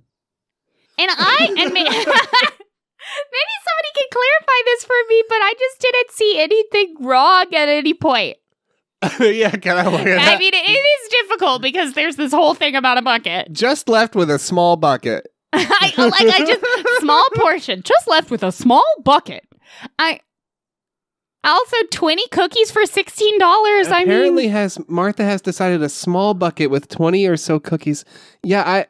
Speaker 1: And I, and may- maybe somebody can clarify this for me, but I just didn't see anything wrong at any point.
Speaker 2: yeah, can I look at
Speaker 1: I
Speaker 2: that?
Speaker 1: mean, it is difficult because there's this whole thing about a bucket.
Speaker 2: Just left with a small bucket.
Speaker 1: I like I just small portion, just left with a small bucket. I also twenty cookies for sixteen dollars. I
Speaker 2: Apparently
Speaker 1: mean,
Speaker 2: has Martha has decided a small bucket with 20 or so cookies. Yeah, I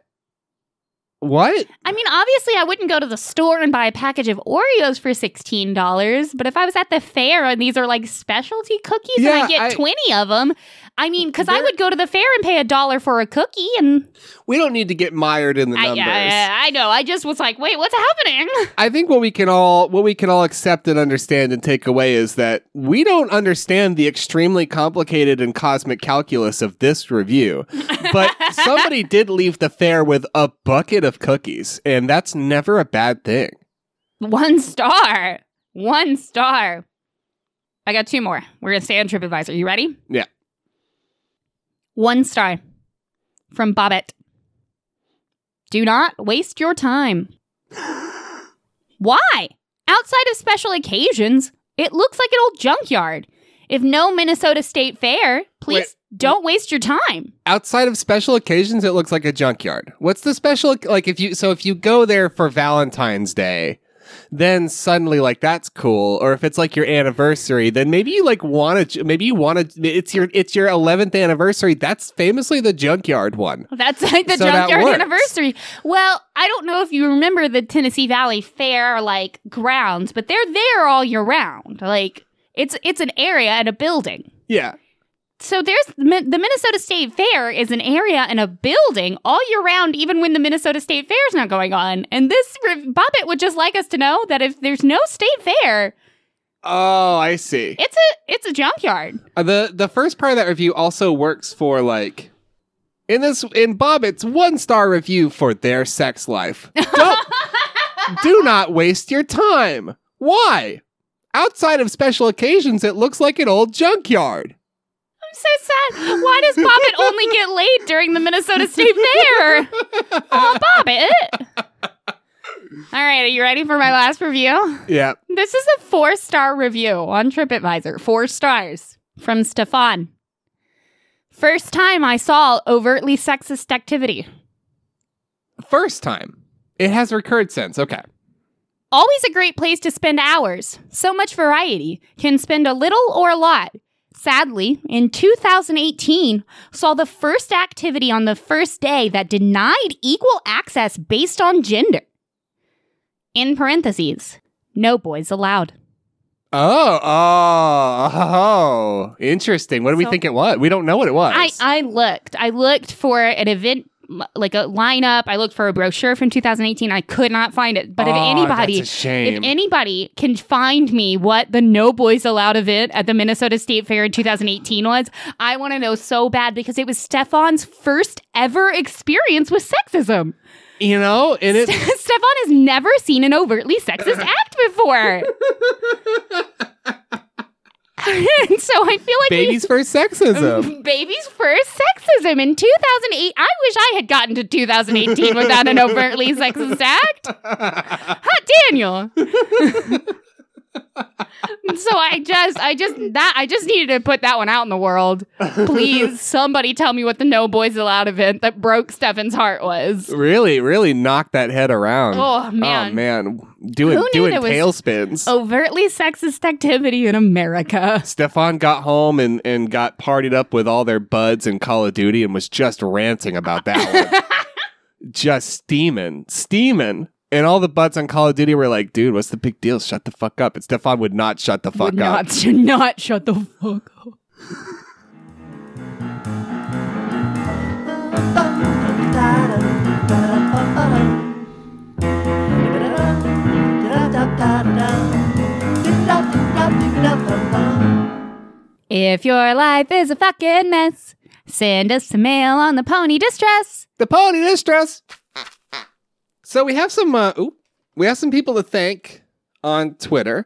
Speaker 2: What?
Speaker 1: I mean, obviously, I wouldn't go to the store and buy a package of Oreos for sixteen dollars. But if I was at the fair and these are like specialty cookies and
Speaker 2: Yeah,
Speaker 1: I get
Speaker 2: I-
Speaker 1: twenty of them, I mean, because I
Speaker 2: There-
Speaker 1: would go to the fair and pay a dollar for a cookie, and
Speaker 2: We don't need to get mired in the
Speaker 1: I,
Speaker 2: numbers.
Speaker 1: I, I know I just was like, wait, what's happening?
Speaker 2: I think what we can all what we can all accept and understand and take away is that we don't understand the extremely complicated and cosmic calculus of this review. But somebody did leave the fair with a bucket of cookies, and that's never a bad thing.
Speaker 1: One star. One star. I got two more. We're going to stay on TripAdvisor. You ready?
Speaker 2: Yeah.
Speaker 1: One star from Bobbit. Do not waste your time. Why? Outside of special occasions, it looks like an old junkyard. If no Minnesota State Fair, please don't waste your time.
Speaker 2: Outside of special occasions, it looks like a junkyard. What's the special like if you so if you go there for Valentine's Day, then suddenly like that's cool. Or if it's like your anniversary, then maybe you like want to maybe you want to it's your it's your 11th anniversary. That's famously the junkyard one.
Speaker 1: That's like the
Speaker 2: So that
Speaker 1: junkyard
Speaker 2: works.
Speaker 1: anniversary. Well, I don't know if you remember the Tennessee Valley Fair like grounds, but they're there all year round. Like it's it's an area and a building.
Speaker 2: Yeah.
Speaker 1: So there's Min- the Minnesota State Fair is an area and a building all year round, even when the Minnesota State Fair is not going on. And this re- Bobbit would just like us to know that if there's no state fair,
Speaker 2: Oh, I see.
Speaker 1: it's a it's a junkyard.
Speaker 2: Uh, the the first part of that review also works for like in this in Bobbit's one star review for their sex life. Don't, do not waste your time. Why? Outside of special occasions, it looks like an old junkyard.
Speaker 1: I'm so sad. Why does Bobbit only get laid during the Minnesota State Fair? Oh, Bobbit. All right, are you ready for my last review?
Speaker 2: Yeah.
Speaker 1: This is a four star review on TripAdvisor. Four stars from Stefan. First time I saw overtly sexist activity.
Speaker 2: First time. It has recurred since. Okay.
Speaker 1: Always a great place to spend hours. So much variety. Can spend a little or a lot. Sadly, in 2018, saw the first activity on the first day that denied equal access based on gender. In parentheses, no boys allowed.
Speaker 2: Oh, oh, oh, interesting. What do we
Speaker 1: So-
Speaker 2: think it was? We don't know what it was.
Speaker 1: I, I looked. I looked for an event, m- like a lineup. I looked for a brochure from 2018. I could not find it. But if
Speaker 2: Aw,
Speaker 1: anybody,
Speaker 2: that's a shame.
Speaker 1: if anybody can find me what the No Boys Allowed event at the Minnesota State Fair in 2018 was, I want to know so bad because it was Stefan's first ever experience with sexism.
Speaker 2: you know, and it
Speaker 1: Stefan has never seen an overtly sexist act before. and so I feel like we-
Speaker 2: baby's first sexism.
Speaker 1: Baby's first sexism in 2008. I wish I had gotten to 2018 without an overtly sexist act. Hot Daniel. so I just, I just that I just needed to put that one out in the world. Please, somebody tell me what the No Boys Allowed event that broke Stefan's heart was.
Speaker 2: really, really knock that head around.
Speaker 1: Oh man.
Speaker 2: Oh man, doing
Speaker 1: Who knew
Speaker 2: doing
Speaker 1: there was- Oh.
Speaker 2: tailspins.
Speaker 1: Overtly sexist activity in America.
Speaker 2: Stefan got home and, and got partied up with all their buds in Call of Duty and was just ranting about that one. Just steaming, steaming. And all the buds on Call of Duty were like, dude, what's the big deal? Shut the fuck up. And Stefan would not shut the fuck
Speaker 1: Would
Speaker 2: up.
Speaker 1: not, should not shut the fuck up. If your life is a fucking mess, send us a mail on the pony distress.
Speaker 2: The pony distress. So we have some uh, ooh, we have some people to thank on Twitter,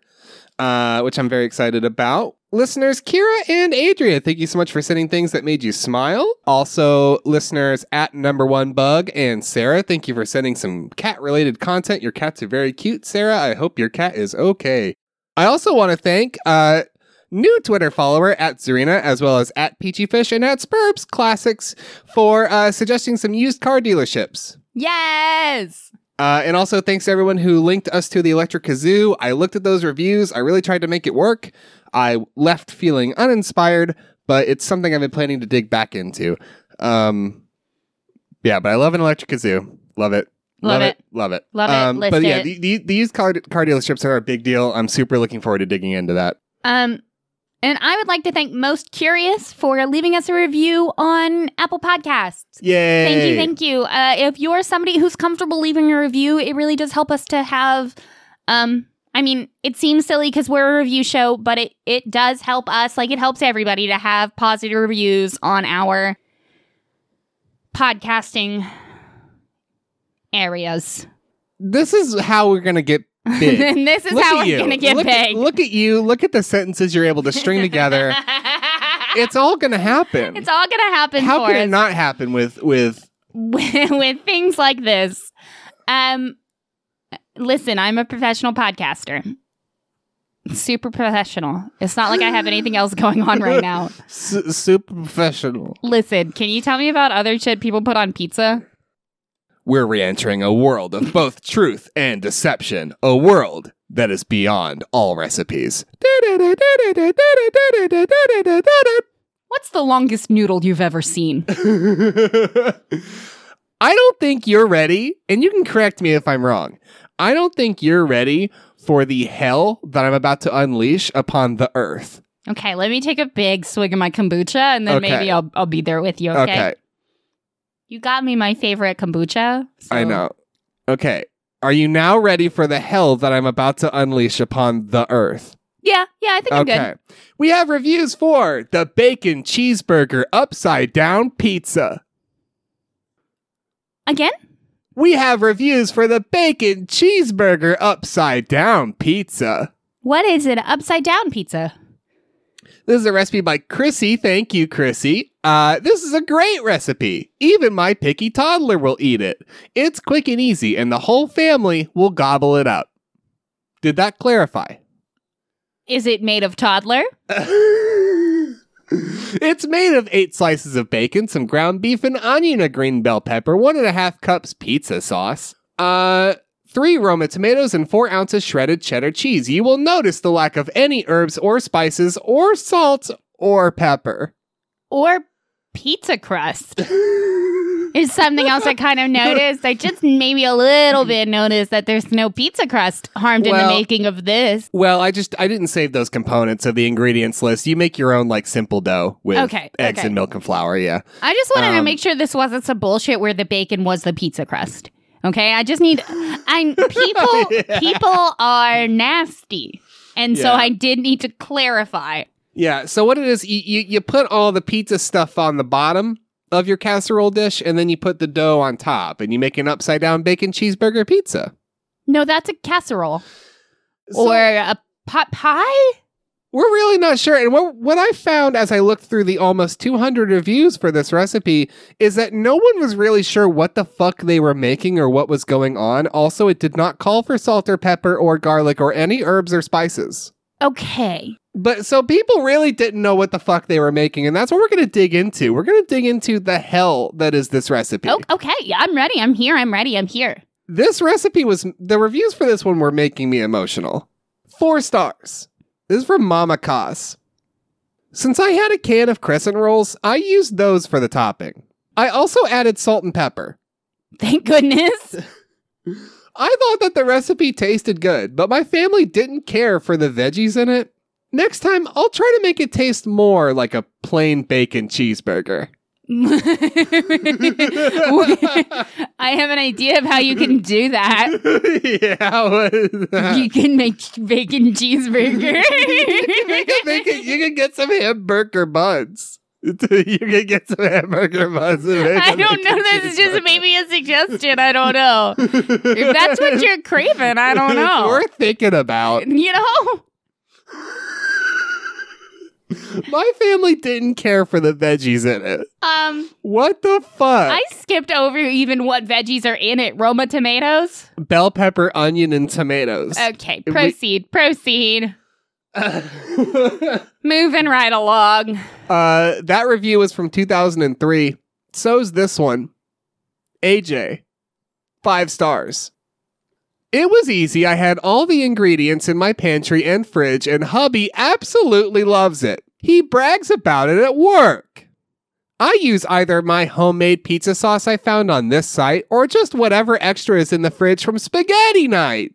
Speaker 2: uh, which I'm very excited about. Listeners Kira and Adria, thank you so much for sending things that made you smile. Also, listeners at number one bug and Sarah, thank you for sending some cat related content. Your cats are very cute, Sarah. I hope your cat is okay. I also want to thank uh, new Twitter follower at Zarina, as well as at Peachyfish and at Spurbs Classics for uh, suggesting some used car dealerships.
Speaker 1: Yes.
Speaker 2: Uh, and also, thanks to everyone who linked us to the Electric Kazoo. I looked at those reviews. I really tried to make it work. I left feeling uninspired, but it's something I've been planning to dig back into. Um, yeah, but I love an Electric Kazoo. Love it.
Speaker 1: Love
Speaker 2: Love it.
Speaker 1: Love it.
Speaker 2: Um,
Speaker 1: List
Speaker 2: but yeah,
Speaker 1: it.
Speaker 2: the, the, the used car, car dealerships are a big deal. I'm super looking forward to digging into that.
Speaker 1: Um, and I would like to thank Most Curious for leaving us a review on Apple Podcasts.
Speaker 2: Yay.
Speaker 1: Thank you, thank you. Uh, if you're somebody who's comfortable leaving a review, it really does help us to have. Um, I mean, it seems silly because we're a review show, but it it does help us. Like it helps everybody to have positive reviews on our podcasting areas.
Speaker 2: This is how we're going to get big.
Speaker 1: and this is
Speaker 2: Look
Speaker 1: how
Speaker 2: at
Speaker 1: we're
Speaker 2: you.
Speaker 1: gonna get
Speaker 2: look,
Speaker 1: big.
Speaker 2: Look at you. Look at the sentences you're able to string together. it's all going to happen.
Speaker 1: it's all gonna happen.
Speaker 2: How
Speaker 1: for
Speaker 2: could
Speaker 1: us.
Speaker 2: it not happen with with
Speaker 1: with, with things like this. Um, listen, I'm a professional podcaster. Super professional. It's not like I have anything else going on right now.
Speaker 2: su- super professional?
Speaker 1: Listen, can you tell me about other shit people put on pizza?
Speaker 2: We're re-entering a world of both truth and deception, a world that is beyond all recipes.
Speaker 1: What's the longest noodle you've ever seen?
Speaker 2: I don't think you're ready, and you can correct me if I'm wrong. I don't think you're ready for the hell that I'm about to unleash upon the earth.
Speaker 1: Okay, let me take a big swig of my kombucha and then
Speaker 2: Okay.
Speaker 1: maybe I'll, I'll be there with you, okay? You got me my favorite kombucha. so-
Speaker 2: I know. Okay. Are you now ready for the hell that I'm about to unleash upon the earth?
Speaker 1: Yeah, yeah, I think I'm good.
Speaker 2: Okay. We have reviews for the bacon cheeseburger upside down pizza.
Speaker 1: Again?
Speaker 2: We have reviews for the bacon cheeseburger upside down pizza.
Speaker 1: What is an upside down pizza?
Speaker 2: This is a recipe by Chrissy. Thank you, Chrissy. Uh, this is a great recipe. Even my picky toddler will eat it. It's quick and easy, and the whole family will gobble it up. Did that clarify?
Speaker 1: Is it made of toddler?
Speaker 2: it's made of eight slices of bacon, some ground beef, an onion, a green bell pepper, one and a half cups pizza sauce, uh, three Roma tomatoes, and four ounces shredded cheddar cheese. You will notice the lack of any herbs or spices or salt or pepper.
Speaker 1: or pizza crust. Is something else I kind of noticed. I just maybe a little bit noticed that there's no pizza crust harmed in
Speaker 2: Well-
Speaker 1: the making of this.
Speaker 2: Well, I just I didn't save those components of the ingredients list. You make your own like simple dough with
Speaker 1: Okay,
Speaker 2: eggs
Speaker 1: okay.
Speaker 2: and milk and flour. Yeah,
Speaker 1: I just wanted to
Speaker 2: Um,
Speaker 1: make sure this wasn't some bullshit where the bacon was the pizza crust. Okay, I just need. I people
Speaker 2: Yeah.
Speaker 1: people are nasty, and so
Speaker 2: Yeah.
Speaker 1: I did need to clarify.
Speaker 2: yeah. So what it is, you, you you put all the pizza stuff on the bottom of your casserole dish, and then you put the dough on top, and you make an upside down bacon cheeseburger pizza.
Speaker 1: No, that's a casserole
Speaker 2: So-
Speaker 1: or a pot pie.
Speaker 2: We're really not sure. And what, what I found as I looked through the almost 200 reviews for this recipe is that no one was really sure what the fuck they were making or what was going on. Also, it did not call for salt or pepper or garlic or any herbs or spices.
Speaker 1: Okay,
Speaker 2: But so people really didn't know what the fuck they were making. And that's what we're going to dig into. We're going to dig into the hell that is this recipe.
Speaker 1: oh, okay, yeah, I'm ready. I'm here. I'm ready. I'm here.
Speaker 2: This recipe was, the reviews for this one were making me emotional. Four stars. This is from Mama Cos. Since I had a can of crescent rolls, I used those for the topping. I also added salt and pepper.
Speaker 1: Thank goodness.
Speaker 2: I thought that the recipe tasted good, but my family didn't care for the veggies in it. Next time, I'll try to make it taste more like a plain bacon cheeseburger.
Speaker 1: I have an idea of how you can do that.
Speaker 2: yeah, what is that?
Speaker 1: You can make bacon cheeseburger.
Speaker 2: you can make it- you can get some hamburger buns. you can get some hamburger buns. And make
Speaker 1: I
Speaker 2: a
Speaker 1: don't know.
Speaker 2: bacon
Speaker 1: This is just
Speaker 2: cheeseburger.
Speaker 1: maybe a suggestion. I don't know. If that's what you're craving, I don't
Speaker 2: It's
Speaker 1: know.
Speaker 2: worth thinking about.
Speaker 1: You know?
Speaker 2: My family didn't care for the veggies in it.
Speaker 1: Um,
Speaker 2: What the fuck?
Speaker 1: I skipped over even what veggies are in it. Roma tomatoes.
Speaker 2: Bell pepper, onion, and tomatoes.
Speaker 1: Okay,
Speaker 2: We-
Speaker 1: proceed. proceed. Uh, Moving right along.
Speaker 2: Uh, that review was from 2003. So's this one. AJ, five stars. It was easy. I had all the ingredients in my pantry and fridge, and hubby absolutely loves it. He brags about it at work. I use either my homemade pizza sauce I found on this site or just whatever extra is in the fridge from spaghetti night.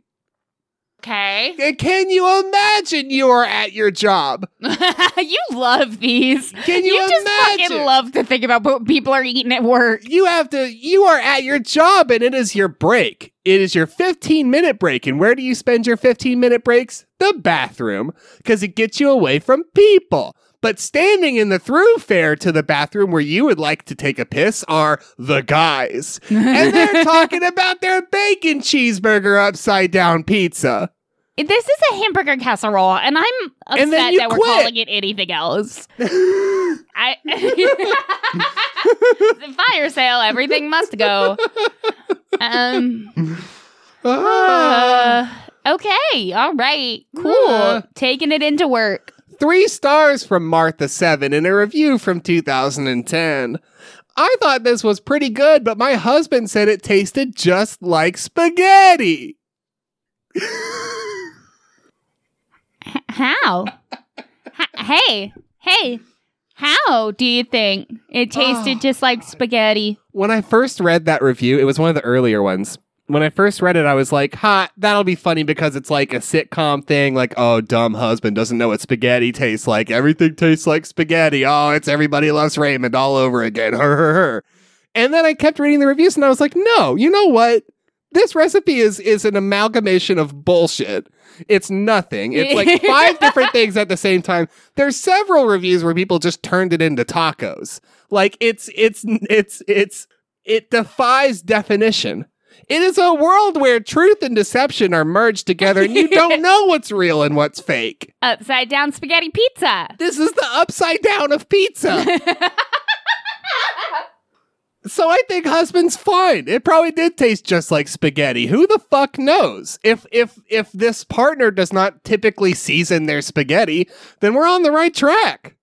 Speaker 1: Okay.
Speaker 2: And Can you imagine you are at your job?
Speaker 1: you love these.
Speaker 2: Can you,
Speaker 1: You, just
Speaker 2: imagine?
Speaker 1: fucking love to think about what people are eating at work.
Speaker 2: you have to you are at your job and it is your break it is your 15 minute break and where do you spend your 15 minute breaks the bathroom because it gets you away from people but standing in the thoroughfare to the bathroom where you would like to take a piss are the guys and they're talking about their bacon cheeseburger upside down pizza
Speaker 1: This is a hamburger casserole, and I'm upset
Speaker 2: And then you
Speaker 1: that we're
Speaker 2: quit.
Speaker 1: calling it anything else. I the fire sale, everything must go. Um.
Speaker 2: Ah.
Speaker 1: uh, okay. All right. Cool.
Speaker 2: Yeah.
Speaker 1: Taking it into work.
Speaker 2: Three stars from Martha Seven in a review from 2010. I thought this was pretty good, but my husband said it tasted just like spaghetti.
Speaker 1: H- how? H- hey. Hey. How do you think it tasted
Speaker 2: Oh,
Speaker 1: just like spaghetti?
Speaker 2: When I first read that review, it was one of the earlier ones. When I first read it, I was like, ha, that'll be funny because it's like a sitcom thing, like, oh, dumb husband doesn't know what spaghetti tastes like. Everything tastes like spaghetti. Oh, it's everybody loves Raymond all over again. Her, her, her. And then I kept reading the reviews and I was like, no, you know what? This recipe is is an amalgamation of bullshit. It's nothing. It's like five different things at the same time. There's several reviews where people just turned it into tacos. Like it's it's it's it's it defies definition. It is a world where truth and deception are merged together and you don't know what's real and what's fake.
Speaker 1: Upside down spaghetti pizza.
Speaker 2: This is the upside down of pizza. So I think husband's fine. It probably did taste just like spaghetti. Who the fuck knows? If if if this partner does not typically season their spaghetti, then we're on the right track.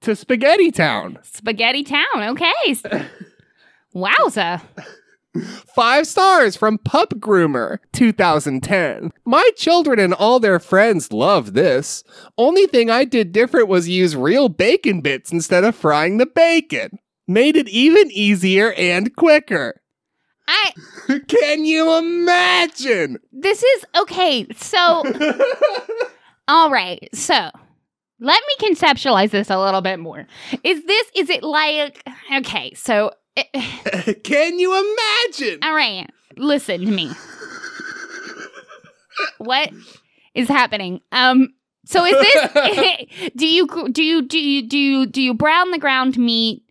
Speaker 2: to Spaghetti Town.
Speaker 1: Spaghetti Town. Okay. Wowza.
Speaker 2: Five stars from Pup Groomer 2010. My children and all their friends love this. Only thing I did different was use real bacon bits instead of frying the bacon. made it even easier and quicker.
Speaker 1: I
Speaker 2: Can you imagine?
Speaker 1: this is okay. So All right. So let me conceptualize this a little bit more. Is this, is it like, okay, so, eh,
Speaker 2: Can you imagine?
Speaker 1: all right, listen to me. what is happening? Um, so is this do you do you do you do you, do you brown the ground meat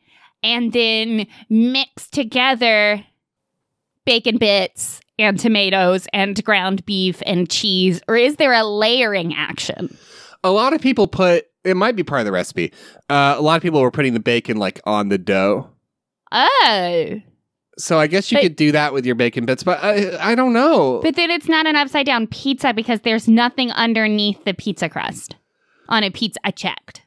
Speaker 1: and then mix together bacon bits and tomatoes and ground beef and cheese or is there a layering action?
Speaker 2: A lot of people put it might be part of the recipe. Uh, a lot of people were putting the bacon like on the dough.
Speaker 1: Oh,
Speaker 2: So I guess you
Speaker 1: But-
Speaker 2: could do that with your bacon bits, but I I don't know.
Speaker 1: but then it's not an upside down pizza because there's nothing underneath the pizza crust on a pizza. I checked.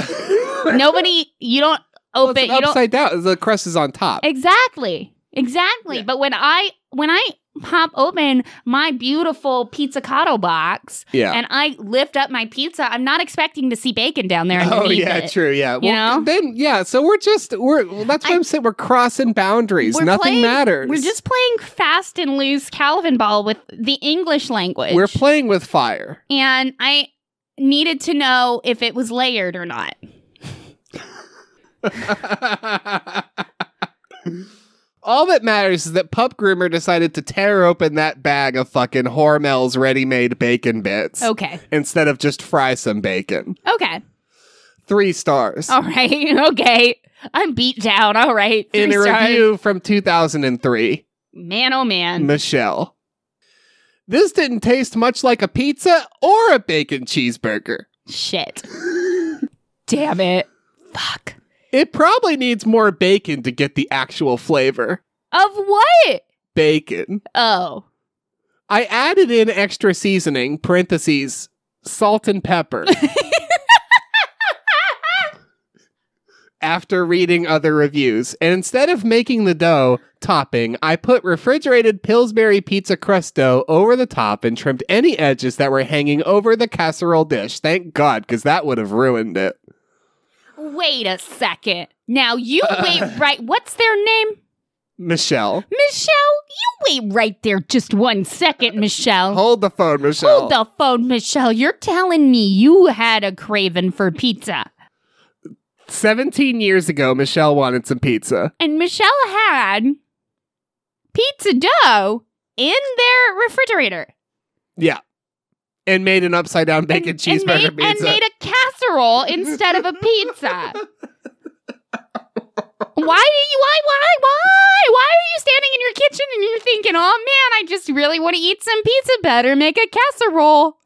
Speaker 1: Nobody, you don't
Speaker 2: Well,
Speaker 1: open.
Speaker 2: it's an
Speaker 1: you don't
Speaker 2: upside down. The crust is on top.
Speaker 1: exactly, exactly.
Speaker 2: Yeah.
Speaker 1: But when I when I pop open my beautiful pizzicato box
Speaker 2: yeah.
Speaker 1: and I lift up my pizza, I'm not expecting to see bacon down there.
Speaker 2: Oh
Speaker 1: underneath
Speaker 2: yeah,
Speaker 1: it.
Speaker 2: true. Yeah. Well,
Speaker 1: know?
Speaker 2: then yeah. So we're just we're well, that's what I,
Speaker 1: I-
Speaker 2: am saying. We're crossing boundaries.
Speaker 1: We're
Speaker 2: Nothing
Speaker 1: playing-
Speaker 2: matters.
Speaker 1: We're just playing fast and loose Calvin ball with the English language.
Speaker 2: we're playing with fire.
Speaker 1: and I needed to know if it was layered or not.
Speaker 2: All that matters is that Pup Groomer decided to tear open that bag of fucking Hormel's ready-made bacon bits
Speaker 1: Okay.
Speaker 2: instead of just fry some bacon.
Speaker 1: Okay.
Speaker 2: Three stars.
Speaker 1: All right. Okay. I'm beat down. All right. Three
Speaker 2: In a
Speaker 1: stars.
Speaker 2: review from 2003.
Speaker 1: Man, oh man.
Speaker 2: Michelle. This didn't taste much like a pizza or a bacon cheeseburger.
Speaker 1: Shit. Damn it. Fuck.
Speaker 2: It probably needs more bacon to get the actual flavor.
Speaker 1: Of what?
Speaker 2: Bacon.
Speaker 1: Oh.
Speaker 2: I added in extra seasoning, parentheses, salt and pepper. After reading other reviews, and instead of making the dough topping, I put refrigerated Pillsbury pizza crust dough over the top and trimmed any edges that were hanging over the casserole dish. Thank God, because that would have ruined it.
Speaker 1: Wait a second. Now you wait right. What's their name?
Speaker 2: Michelle,
Speaker 1: Michelle? You wait right there just one second, Michelle.
Speaker 2: hold the phone, Michelle.
Speaker 1: Hold the phone, Michelle. You're telling me you had a craving for pizza.
Speaker 2: 17 years ago, Michelle wanted some pizza.
Speaker 1: and Michelle had pizza dough in their refrigerator
Speaker 2: Yeah. And made an upside down
Speaker 1: and,
Speaker 2: bacon
Speaker 1: and
Speaker 2: cheeseburger
Speaker 1: made, and
Speaker 2: pizza.
Speaker 1: made a casserole instead of a pizza. Why do you why why why why are you standing in your kitchen and you're thinking, oh man, I just really want to eat some pizza. Better make a casserole.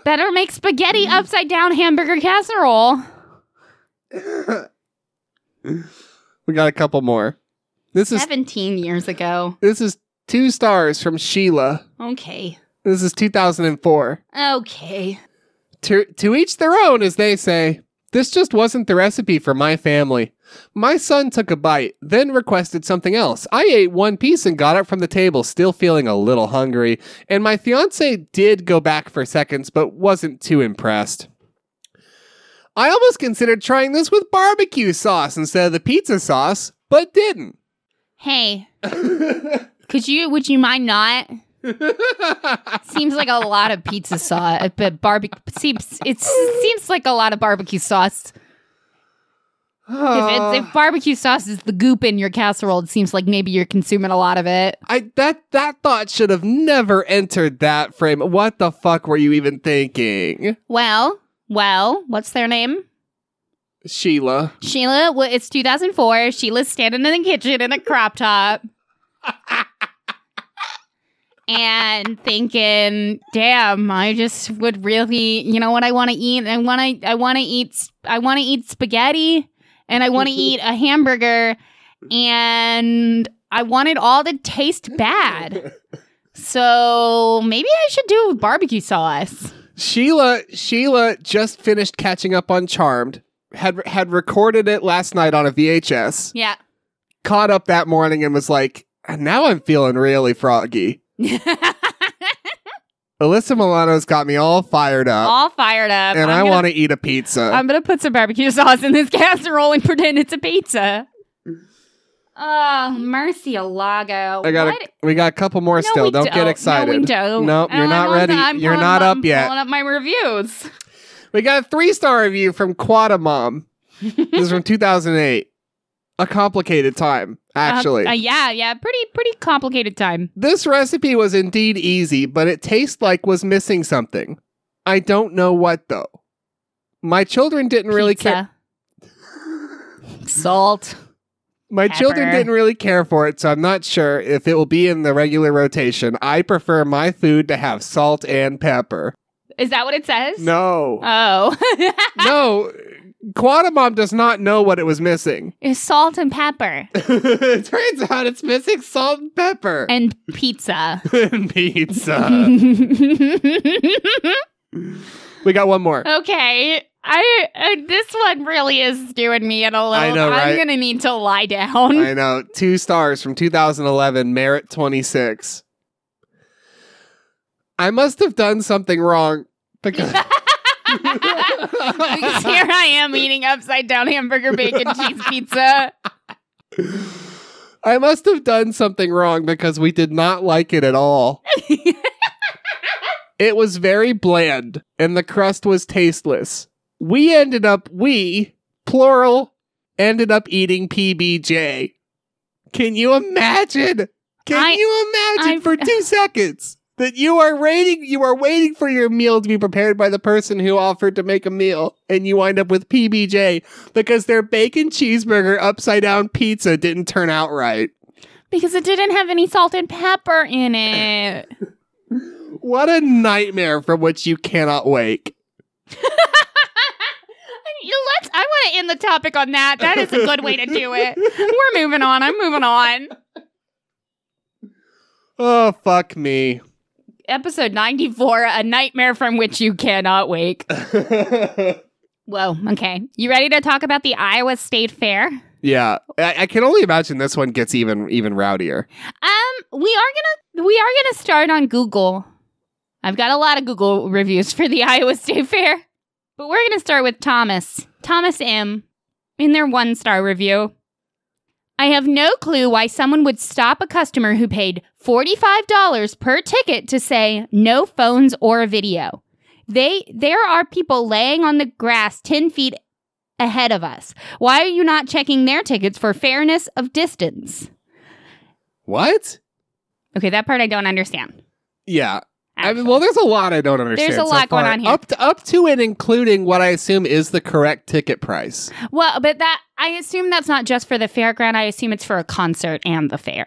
Speaker 1: Better make spaghetti upside down hamburger casserole.
Speaker 2: we got a couple more. This is
Speaker 1: Seventeen years ago.
Speaker 2: this is two stars from Sheila.
Speaker 1: Okay.
Speaker 2: This is 2004.
Speaker 1: Okay.
Speaker 2: To, to each their own, as they say. This just wasn't the recipe for my family. My son took a bite, then requested something else. I ate one piece and got up from the table, still feeling a little hungry. And my fiance did go back for seconds, but wasn't too impressed. I almost considered trying this with barbecue sauce instead of the pizza sauce, but didn't.
Speaker 1: Hey, could you would you mind not? Seems like a lot of pizza sauce, uh, but barbecue seems it seems like a lot of barbecue sauce. If, it's, if barbecue sauce is the goop in your casserole, it seems like maybe you're consuming a lot of it.
Speaker 2: I that that thought should have never entered that frame. What the fuck were you even thinking,
Speaker 1: Well, well, what's their name?
Speaker 2: Sheila?
Speaker 1: Sheila. Well, it's 2004. Sheila's standing in the kitchen in a crop top. And thinking, damn, I just would really, you know, what I want to eat. I want to, I want to eat, s- I want to eat spaghetti, and I want to eat a hamburger, and I want it all to taste bad. So maybe I should do barbecue sauce.
Speaker 2: Sheila Sheila just finished catching up on Charmed. Had had recorded it last night on a VHS.
Speaker 1: Yeah.
Speaker 2: Caught up that morning and was like, now I'm feeling really froggy. Alyssa Milano's got me all fired up,
Speaker 1: all fired up.
Speaker 2: and
Speaker 1: I'm
Speaker 2: I
Speaker 1: gonna-
Speaker 2: want to eat a pizza.
Speaker 1: I'm gonna put some barbecue sauce in this casserole and pretend it's a pizza. Oh, mercy, Alago.
Speaker 2: I got.
Speaker 1: What?
Speaker 2: A, we got a couple more
Speaker 1: No,
Speaker 2: still.
Speaker 1: we
Speaker 2: Don't, get excited.
Speaker 1: No, we don't.
Speaker 2: Nope, you're
Speaker 1: Oh,
Speaker 2: not
Speaker 1: I'm
Speaker 2: ready.
Speaker 1: on the- I'm
Speaker 2: You're
Speaker 1: pulling
Speaker 2: not
Speaker 1: up,
Speaker 2: up yet.
Speaker 1: I'm pulling up my reviews. Um,
Speaker 2: We got a three star review from Quadamom. this is from 2008. A complicated time, actually.
Speaker 1: Uh, uh, yeah, yeah, pretty, pretty complicated time.
Speaker 2: this recipe was indeed easy, but it tastes like was missing something. I don't know what though. My children didn't really care.
Speaker 1: Pizza. Salt.
Speaker 2: My children
Speaker 1: Pepper.
Speaker 2: didn't really care for it, so I'm not sure if it will be in the regular rotation. I prefer my food to have salt and pepper.
Speaker 1: Is that what it says?
Speaker 2: No.
Speaker 1: Oh.
Speaker 2: no. Quadamom does not know what it was missing.
Speaker 1: it's salt and pepper
Speaker 2: Turns out it's missing salt and pepper
Speaker 1: and pizza.
Speaker 2: and pizza. we got one
Speaker 1: Uh,
Speaker 2: more.
Speaker 1: Okay. I uh, this one really is doing me in a little.
Speaker 2: I know,
Speaker 1: am
Speaker 2: right?
Speaker 1: gonna need to lie down.
Speaker 2: I know. Two stars from 2011, Merit 26. I must have done something wrong because.
Speaker 1: because here I am eating upside down hamburger, bacon, cheese pizza.
Speaker 2: I must have done something wrong because we did not like it at all. it was very bland and the crust was tasteless. We ended up, we, plural, ended up eating PBJ. Can you imagine? Can
Speaker 1: I-
Speaker 2: you imagine
Speaker 1: I've-
Speaker 2: for two seconds that you are waiting, you are waiting for your meal to be prepared by the person who offered to make a meal and you wind up with PBJ because their bacon cheeseburger upside down pizza didn't turn out right.
Speaker 1: Because it didn't have any salt and pepper in it.
Speaker 2: What a nightmare from which you cannot wake.
Speaker 1: You- Let's. I want to end the topic on that. That is a good way to do it. We're moving on. I'm moving on.
Speaker 2: Oh, fuck me.
Speaker 1: Episode 94: A nightmare from which you cannot wake. Whoa. Okay. You ready to talk about the Iowa State Fair?
Speaker 2: yeah, I-, I can only imagine this one gets even even rowdier.
Speaker 1: Um, we are gonna we are gonna start on Google. I've got a lot of Google reviews for the Iowa State Fair, but we're gonna start with Thomas Thomas M. In their one star review, I have no clue why someone would stop a customer who paid forty five dollars per ticket to say no phones or video. They there are people laying on the grass ten feet ahead of us. Why are you not checking their tickets for fairness of distance?
Speaker 2: What?
Speaker 1: Okay, that part I don't understand.
Speaker 2: Yeah. I mean,
Speaker 1: actually.
Speaker 2: well, there's a lot I don't understand.
Speaker 1: There's a
Speaker 2: so
Speaker 1: lot going
Speaker 2: far.
Speaker 1: on here.
Speaker 2: Up to, up to and including what I assume is the correct ticket price.
Speaker 1: Well, but that I assume that's not just for the fairground. I assume it's for a concert and the fair.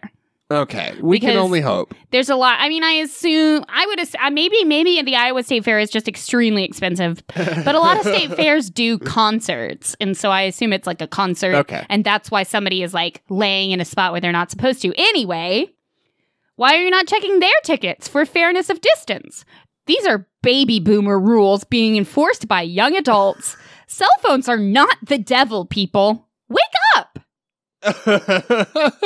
Speaker 2: Okay. We can
Speaker 1: Because-
Speaker 2: only hope.
Speaker 1: There's a lot. I mean, I assume I would ass- uh, maybe maybe the Iowa State Fair is just extremely expensive, but a lot of state fairs do concerts, and so I assume it's like a concert,
Speaker 2: Okay.
Speaker 1: and that's why somebody is like laying in a spot where they're not supposed to. Anyway, why are you not checking their tickets for fairness of distance? These are baby boomer rules being enforced by young adults. Cell phones are not the devil, people. Wake up.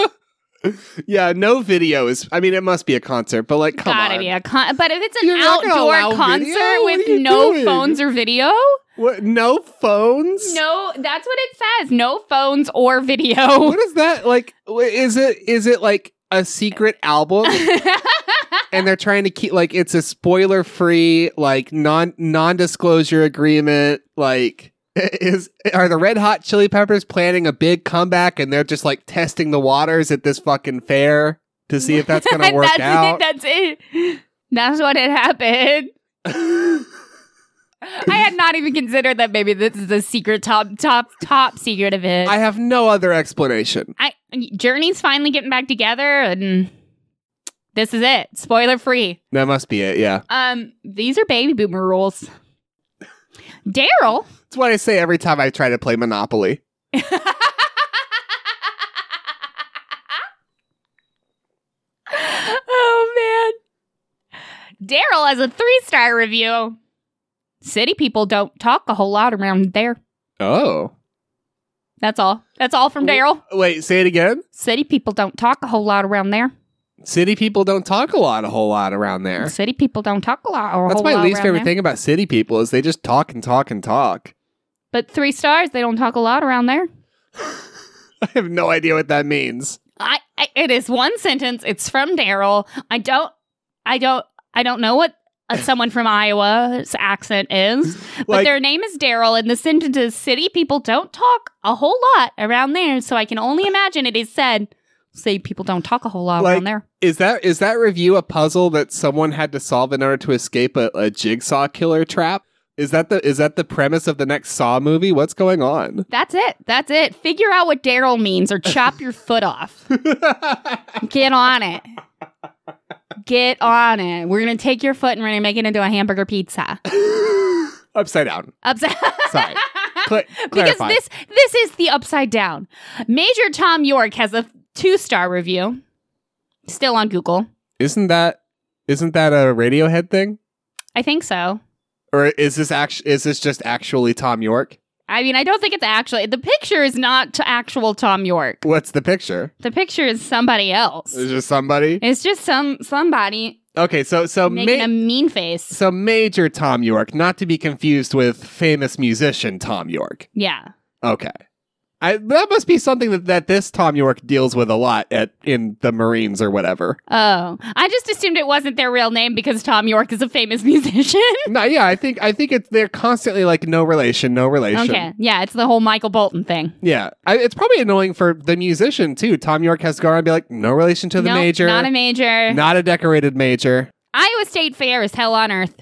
Speaker 2: yeah, no video is. I mean, it must be a concert, but like, come
Speaker 1: gotta
Speaker 2: on.
Speaker 1: be a con- but if it's an
Speaker 2: You're not gonna allow
Speaker 1: outdoor
Speaker 2: video?
Speaker 1: concert
Speaker 2: What
Speaker 1: with
Speaker 2: are you
Speaker 1: no
Speaker 2: doing?
Speaker 1: phones or video
Speaker 2: What? No phones?
Speaker 1: no that's what it says no phones or video
Speaker 2: What is that like? wh- Is it is it like a secret album? and they're trying to keep like it's a spoiler free like non non disclosure agreement like is are the red hot chili peppers planning a big comeback and they're just like testing the waters at this fucking fair to see if that's gonna work
Speaker 1: that's it
Speaker 2: out
Speaker 1: that's it that's what it happened i had not even considered that maybe this is the secret top top top secret of it
Speaker 2: i have no other explanation
Speaker 1: I journey's finally getting back together and this is it spoiler free
Speaker 2: that must be it yeah
Speaker 1: um these are baby boomer rules daryl
Speaker 2: that's what i say every time i try to play monopoly
Speaker 1: oh man. Daryl has a three star review. City people don't talk a whole lot around there.
Speaker 2: oh
Speaker 1: That's all. That's all from Daryl.
Speaker 2: wait say it again
Speaker 1: City people don't talk a whole lot around there.
Speaker 2: City people don't talk a lot, a whole lot around there.
Speaker 1: City people don't talk a lot. Or a
Speaker 2: That's
Speaker 1: whole
Speaker 2: my
Speaker 1: lot
Speaker 2: least
Speaker 1: around
Speaker 2: favorite
Speaker 1: there.
Speaker 2: thing about city people is they just talk and talk and talk.
Speaker 1: But three stars, they don't talk a lot around there.
Speaker 2: I have no idea what that means.
Speaker 1: I, I it is one sentence. It's from Daryl. I don't, I don't, I don't know what uh, someone from Iowa's accent is, but
Speaker 2: Like-
Speaker 1: their name is Daryl, and the sentence is "City people don't talk a whole lot around there." So I can only imagine it is said. City people don't talk a whole lot
Speaker 2: Like-
Speaker 1: around there.
Speaker 2: Is that is that review a puzzle that someone had to solve in order to escape a, a jigsaw killer trap? Is that the is that the premise of the next Saw movie? What's going on?
Speaker 1: That's it. That's it. Figure out what Daryl means, or chop your foot off. Get on it. Get on it. We're gonna take your foot and we're gonna make it into a hamburger pizza.
Speaker 2: Upside down.
Speaker 1: Upside.
Speaker 2: Sorry. Cla-
Speaker 1: because
Speaker 2: clarify.
Speaker 1: this this is the upside down. Major Tom York has a two star review, still on Google.
Speaker 2: isn't that isn't that a Radiohead thing?
Speaker 1: I think so.
Speaker 2: Or is this act- is this just actually Tom York?
Speaker 1: I mean, I don't think it's actually the picture is not to actual Tom York.
Speaker 2: What's the picture?
Speaker 1: The picture is somebody else.
Speaker 2: Is just somebody?
Speaker 1: It's just some somebody
Speaker 2: Okay, so so
Speaker 1: making
Speaker 2: ma-
Speaker 1: a mean face.
Speaker 2: so major Tom York, not to be confused with famous musician Tom York.
Speaker 1: Yeah,
Speaker 2: Okay. I, that must be something that, that this Tom York deals with a lot at in the Marines or whatever.
Speaker 1: Oh, I just assumed it wasn't their real name because Tom York is a famous musician.
Speaker 2: no, yeah, I think I think it's they're constantly like no relation, no relation.
Speaker 1: okay, yeah, it's the whole Michael Bolton thing.
Speaker 2: Yeah, I, it's probably annoying for the musician too. Tom York has gone and be like, no relation to the
Speaker 1: Nope,
Speaker 2: major,
Speaker 1: not a major.
Speaker 2: not a decorated major.
Speaker 1: Iowa State Fair is hell on earth,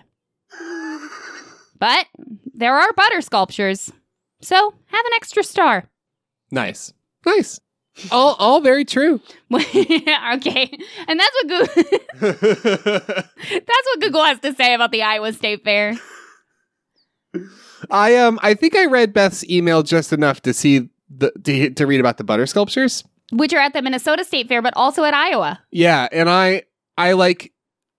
Speaker 1: but there are butter sculptures, so have an extra star.
Speaker 2: Nice, nice, all all very true.
Speaker 1: okay, and that's what Google, that's what Google has to say about the Iowa State Fair.
Speaker 2: I um I think I read Beth's email just enough to see the to, to read about the butter sculptures.
Speaker 1: Which are at the Minnesota State Fair, but also at Iowa.
Speaker 2: Yeah, and I I like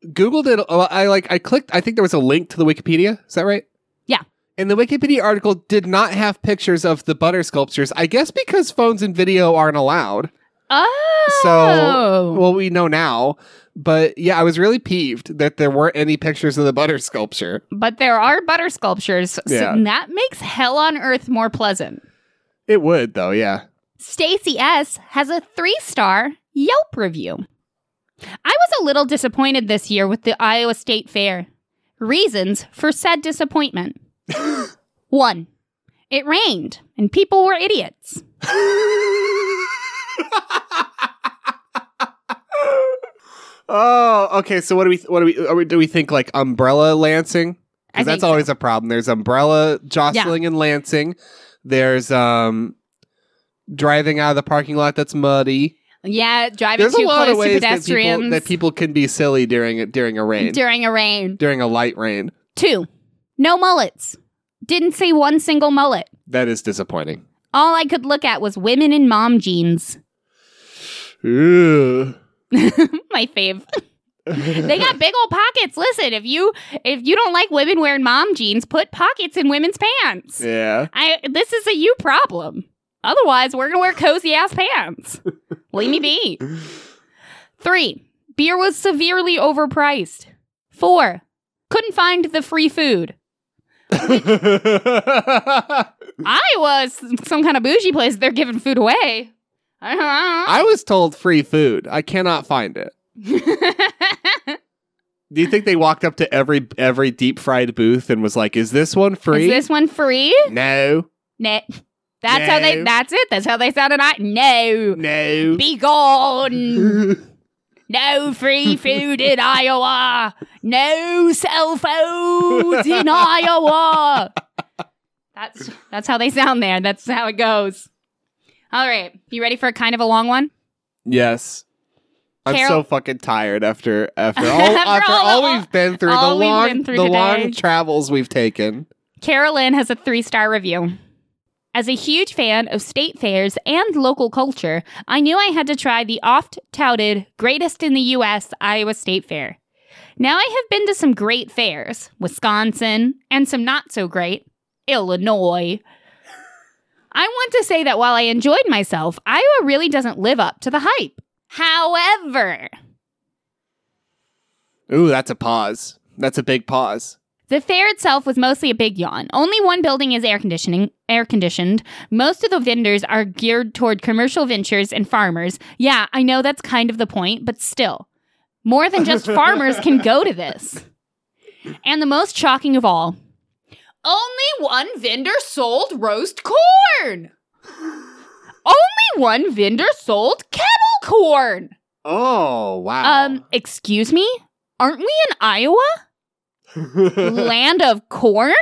Speaker 2: Googled it. uh, I like I clicked. I think there was a link to the Wikipedia. Is that right?
Speaker 1: Yeah.
Speaker 2: And the Wikipedia article did not have pictures of the butter sculptures. I guess because phones and video aren't allowed.
Speaker 1: Oh,
Speaker 2: Well, we know now. But yeah, I was really peeved that there weren't any pictures of the butter sculpture.
Speaker 1: But there are butter sculptures,
Speaker 2: Yeah.
Speaker 1: so that makes hell on earth more pleasant.
Speaker 2: It would though. Yeah.
Speaker 1: Stacy S has a three star Yelp review. I was a little disappointed this year with the Iowa State Fair. Reasons for said disappointment. One, it rained and people were idiots.
Speaker 2: oh, okay. So what do we? What do we, are we? Do we think like umbrella lancing?
Speaker 1: I
Speaker 2: Because that's
Speaker 1: think
Speaker 2: always a problem. There's umbrella jostling and lancing. There's um driving out of the parking lot that's muddy.
Speaker 1: Yeah, driving
Speaker 2: There's a
Speaker 1: too
Speaker 2: lot
Speaker 1: close
Speaker 2: of
Speaker 1: to
Speaker 2: ways that people
Speaker 1: pedestrians
Speaker 2: that people can be silly during a during a rain,
Speaker 1: during a rain.
Speaker 2: during a light rain.
Speaker 1: Two, no mullets. Didn't see one single mullet.
Speaker 2: That is disappointing.
Speaker 1: All I could look at was women in mom jeans.
Speaker 2: Ooh.
Speaker 1: My fave. they got big old pockets. Listen, if you if you don't like women wearing mom jeans, put pockets in women's pants.
Speaker 2: yeah.
Speaker 1: I this is a you problem. Otherwise, we're gonna wear cozy ass pants. Leave me be. Three, beer was severely overpriced. Four, couldn't find the free food. Iowa's some kind of bougie place. They're giving food away. Uh-huh.
Speaker 2: I was told free food. I cannot find it. Do you think they walked up to every every deep fried booth and was like, "Is this one free?"
Speaker 1: is this one free?
Speaker 2: no,
Speaker 1: No. That's how they.
Speaker 2: No.
Speaker 1: That's it. That's how they sounded. I no.
Speaker 2: no.
Speaker 1: Be gone. No free food in Iowa. No cell phones in Iowa. That's that's how they sound there. That's how it goes. All right. You ready for kind of a long one?
Speaker 2: yes, I'm
Speaker 1: Carol-
Speaker 2: so fucking tired after after all
Speaker 1: After
Speaker 2: after
Speaker 1: all
Speaker 2: all
Speaker 1: the-
Speaker 2: we've been through the
Speaker 1: all we've
Speaker 2: long
Speaker 1: been through
Speaker 2: the
Speaker 1: today.
Speaker 2: long travels we've taken.
Speaker 1: Carolyn has a three star review. As a huge fan of state fairs and local culture, I knew I had to try the oft touted greatest in the U.S. Iowa State Fair. Now I have been to some great fairs, Wisconsin, and some not so great, Illinois. I want to say that while I enjoyed myself, Iowa really doesn't live up to the hype. However,
Speaker 2: Ooh, that's a pause. That's a big pause.
Speaker 1: The fair itself was mostly a big yawn. Only one building is air conditioning air conditioned. Most of the vendors are geared toward commercial ventures and farmers. Yeah, I know that's kind of the point, but still. More than just farmers can go to this. And the most shocking of all, only one vendor sold roast corn. Only one vendor sold kettle corn.
Speaker 2: Oh, wow.
Speaker 1: Um, excuse me? Aren't we in Iowa? Um, land of corn?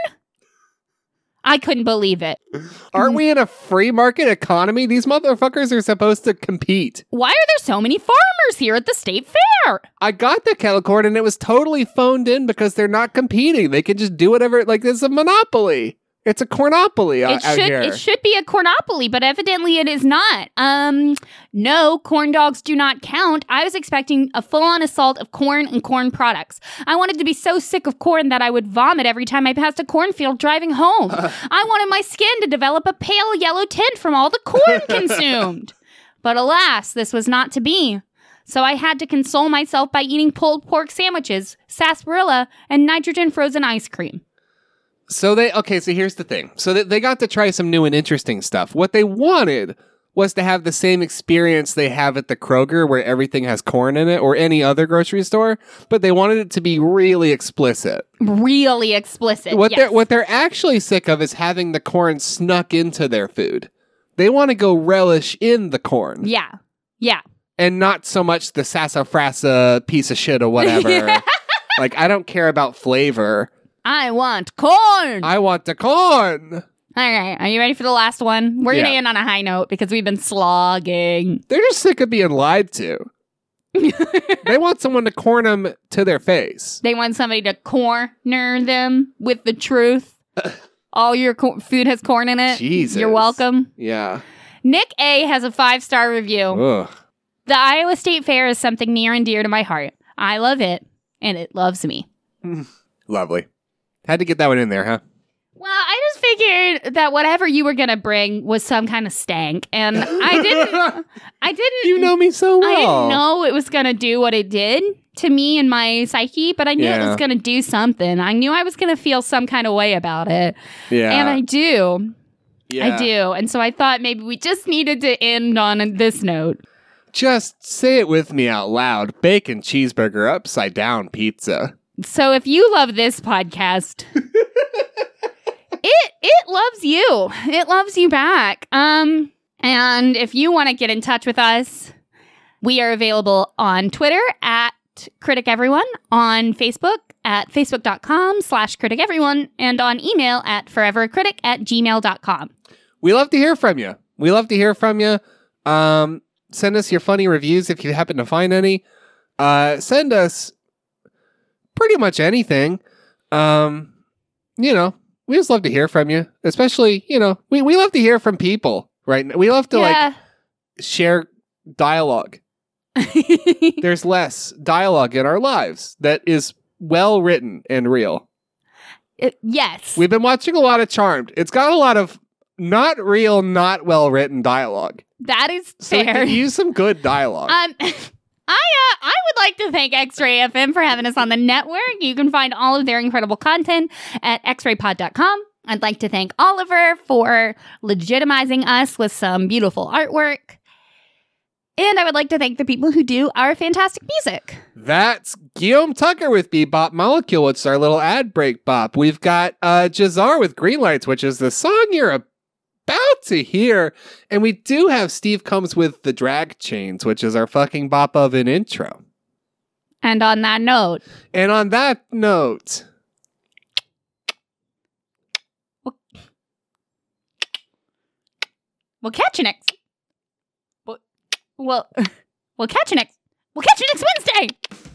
Speaker 1: I couldn't believe it.
Speaker 2: Aren't we in a free market economy? These motherfuckers are supposed to compete.
Speaker 1: Why are there so many farmers here at the state fair?
Speaker 2: I got the kettle corn and it was totally phoned in because they're not competing. They can just do whatever. Like, it's a monopoly. It's a cornopoly out,
Speaker 1: it should
Speaker 2: out here.
Speaker 1: it should be a cornopoly, but evidently it is not. Um no, corn dogs do not count. I was expecting a full-on assault of corn and corn products. I wanted to be so sick of corn that I would vomit every time I passed a cornfield driving home. I wanted my skin to develop a pale yellow tint from all the corn consumed. But alas, this was not to be. So I had to console myself by eating pulled pork sandwiches, sarsaparilla, and nitrogen frozen ice cream.
Speaker 2: So they okay. So here's the thing. So they, they got to try some new and interesting stuff. What they wanted was to have the same experience they have at the Kroger, where everything has corn in it, or any other grocery store. But they wanted it to be really explicit.
Speaker 1: Really explicit. Uh,
Speaker 2: What
Speaker 1: yes.
Speaker 2: they're what they're actually sick of is having the corn snuck into their food. They want to go relish in the corn
Speaker 1: Yeah. Yeah.
Speaker 2: and not so much the sassafrasa piece of shit or whatever. Like I don't care about flavor.
Speaker 1: I want corn.
Speaker 2: I want the corn.
Speaker 1: All right. Are you ready for the last one? We're going to
Speaker 2: Yeah.
Speaker 1: end on a high note because we've been slogging.
Speaker 2: They're just sick of being lied to. they want someone to corn them to their face.
Speaker 1: They want somebody to corner them with the truth. All your cor- food has corn in it.
Speaker 2: Jesus.
Speaker 1: You're welcome.
Speaker 2: Yeah.
Speaker 1: Nick A has a five star review.
Speaker 2: Ugh.
Speaker 1: The Iowa State Fair is something near and dear to my heart. I love it, and it loves me.
Speaker 2: Lovely. Had to get that one in there, huh?
Speaker 1: Well, I just figured that whatever you were gonna bring was some kind of stank, and I didn't. I didn't.
Speaker 2: you know me so well.
Speaker 1: I didn't know it was gonna do what it did to me and my psyche, but I knew it
Speaker 2: Yeah.
Speaker 1: was gonna do something. I knew I was gonna feel some kind of way about it,
Speaker 2: Yeah.
Speaker 1: and I do. I
Speaker 2: Yeah.
Speaker 1: do, and so I thought maybe we just needed to end on this note.
Speaker 2: Just say it with me out loud. Bacon cheeseburger upside down pizza.
Speaker 1: So if you love this podcast, it it loves you. It loves you back. Um and if you want to get in touch with us, we are available on Twitter at Critic Everyone, on Facebook at facebook.com slash critic everyone, and on email at forevercritic at gmail.com.
Speaker 2: We love to hear from you. We love to hear from you. Um, send us your funny reviews if you happen to find any. Uh, send us pretty much anything. Um, you know, we just love to hear from you. Especially, you know, we, we love to hear from people, right? now. We love to like share dialogue. There's less dialogue in our lives that is well written and real.
Speaker 1: Uh, yes.
Speaker 2: We've been watching a lot of Charmed. It's got a lot of not real, not well written dialogue.
Speaker 1: that is
Speaker 2: So we
Speaker 1: fair.
Speaker 2: could use some good dialogue.
Speaker 1: Um, I uh, I would like to thank X-Ray FM for having us on the network. You can find all of their incredible content at xraypod.com. I'd like to thank Oliver for legitimizing us with some beautiful artwork. And I would like to thank the people who do our fantastic music.
Speaker 2: That's Guillaume Tucker with Bebop Molecule, which is our little ad break bop. We've got uh, Jazar with Green Lights, which is the song you're about to hear. And we do have Steve Combs with The Drag Chains, which is our fucking bop of an intro.
Speaker 1: And on that note,
Speaker 2: And on that note,
Speaker 1: we'll catch you next. We'll, we'll, we'll catch you next. We'll catch you next Wednesday.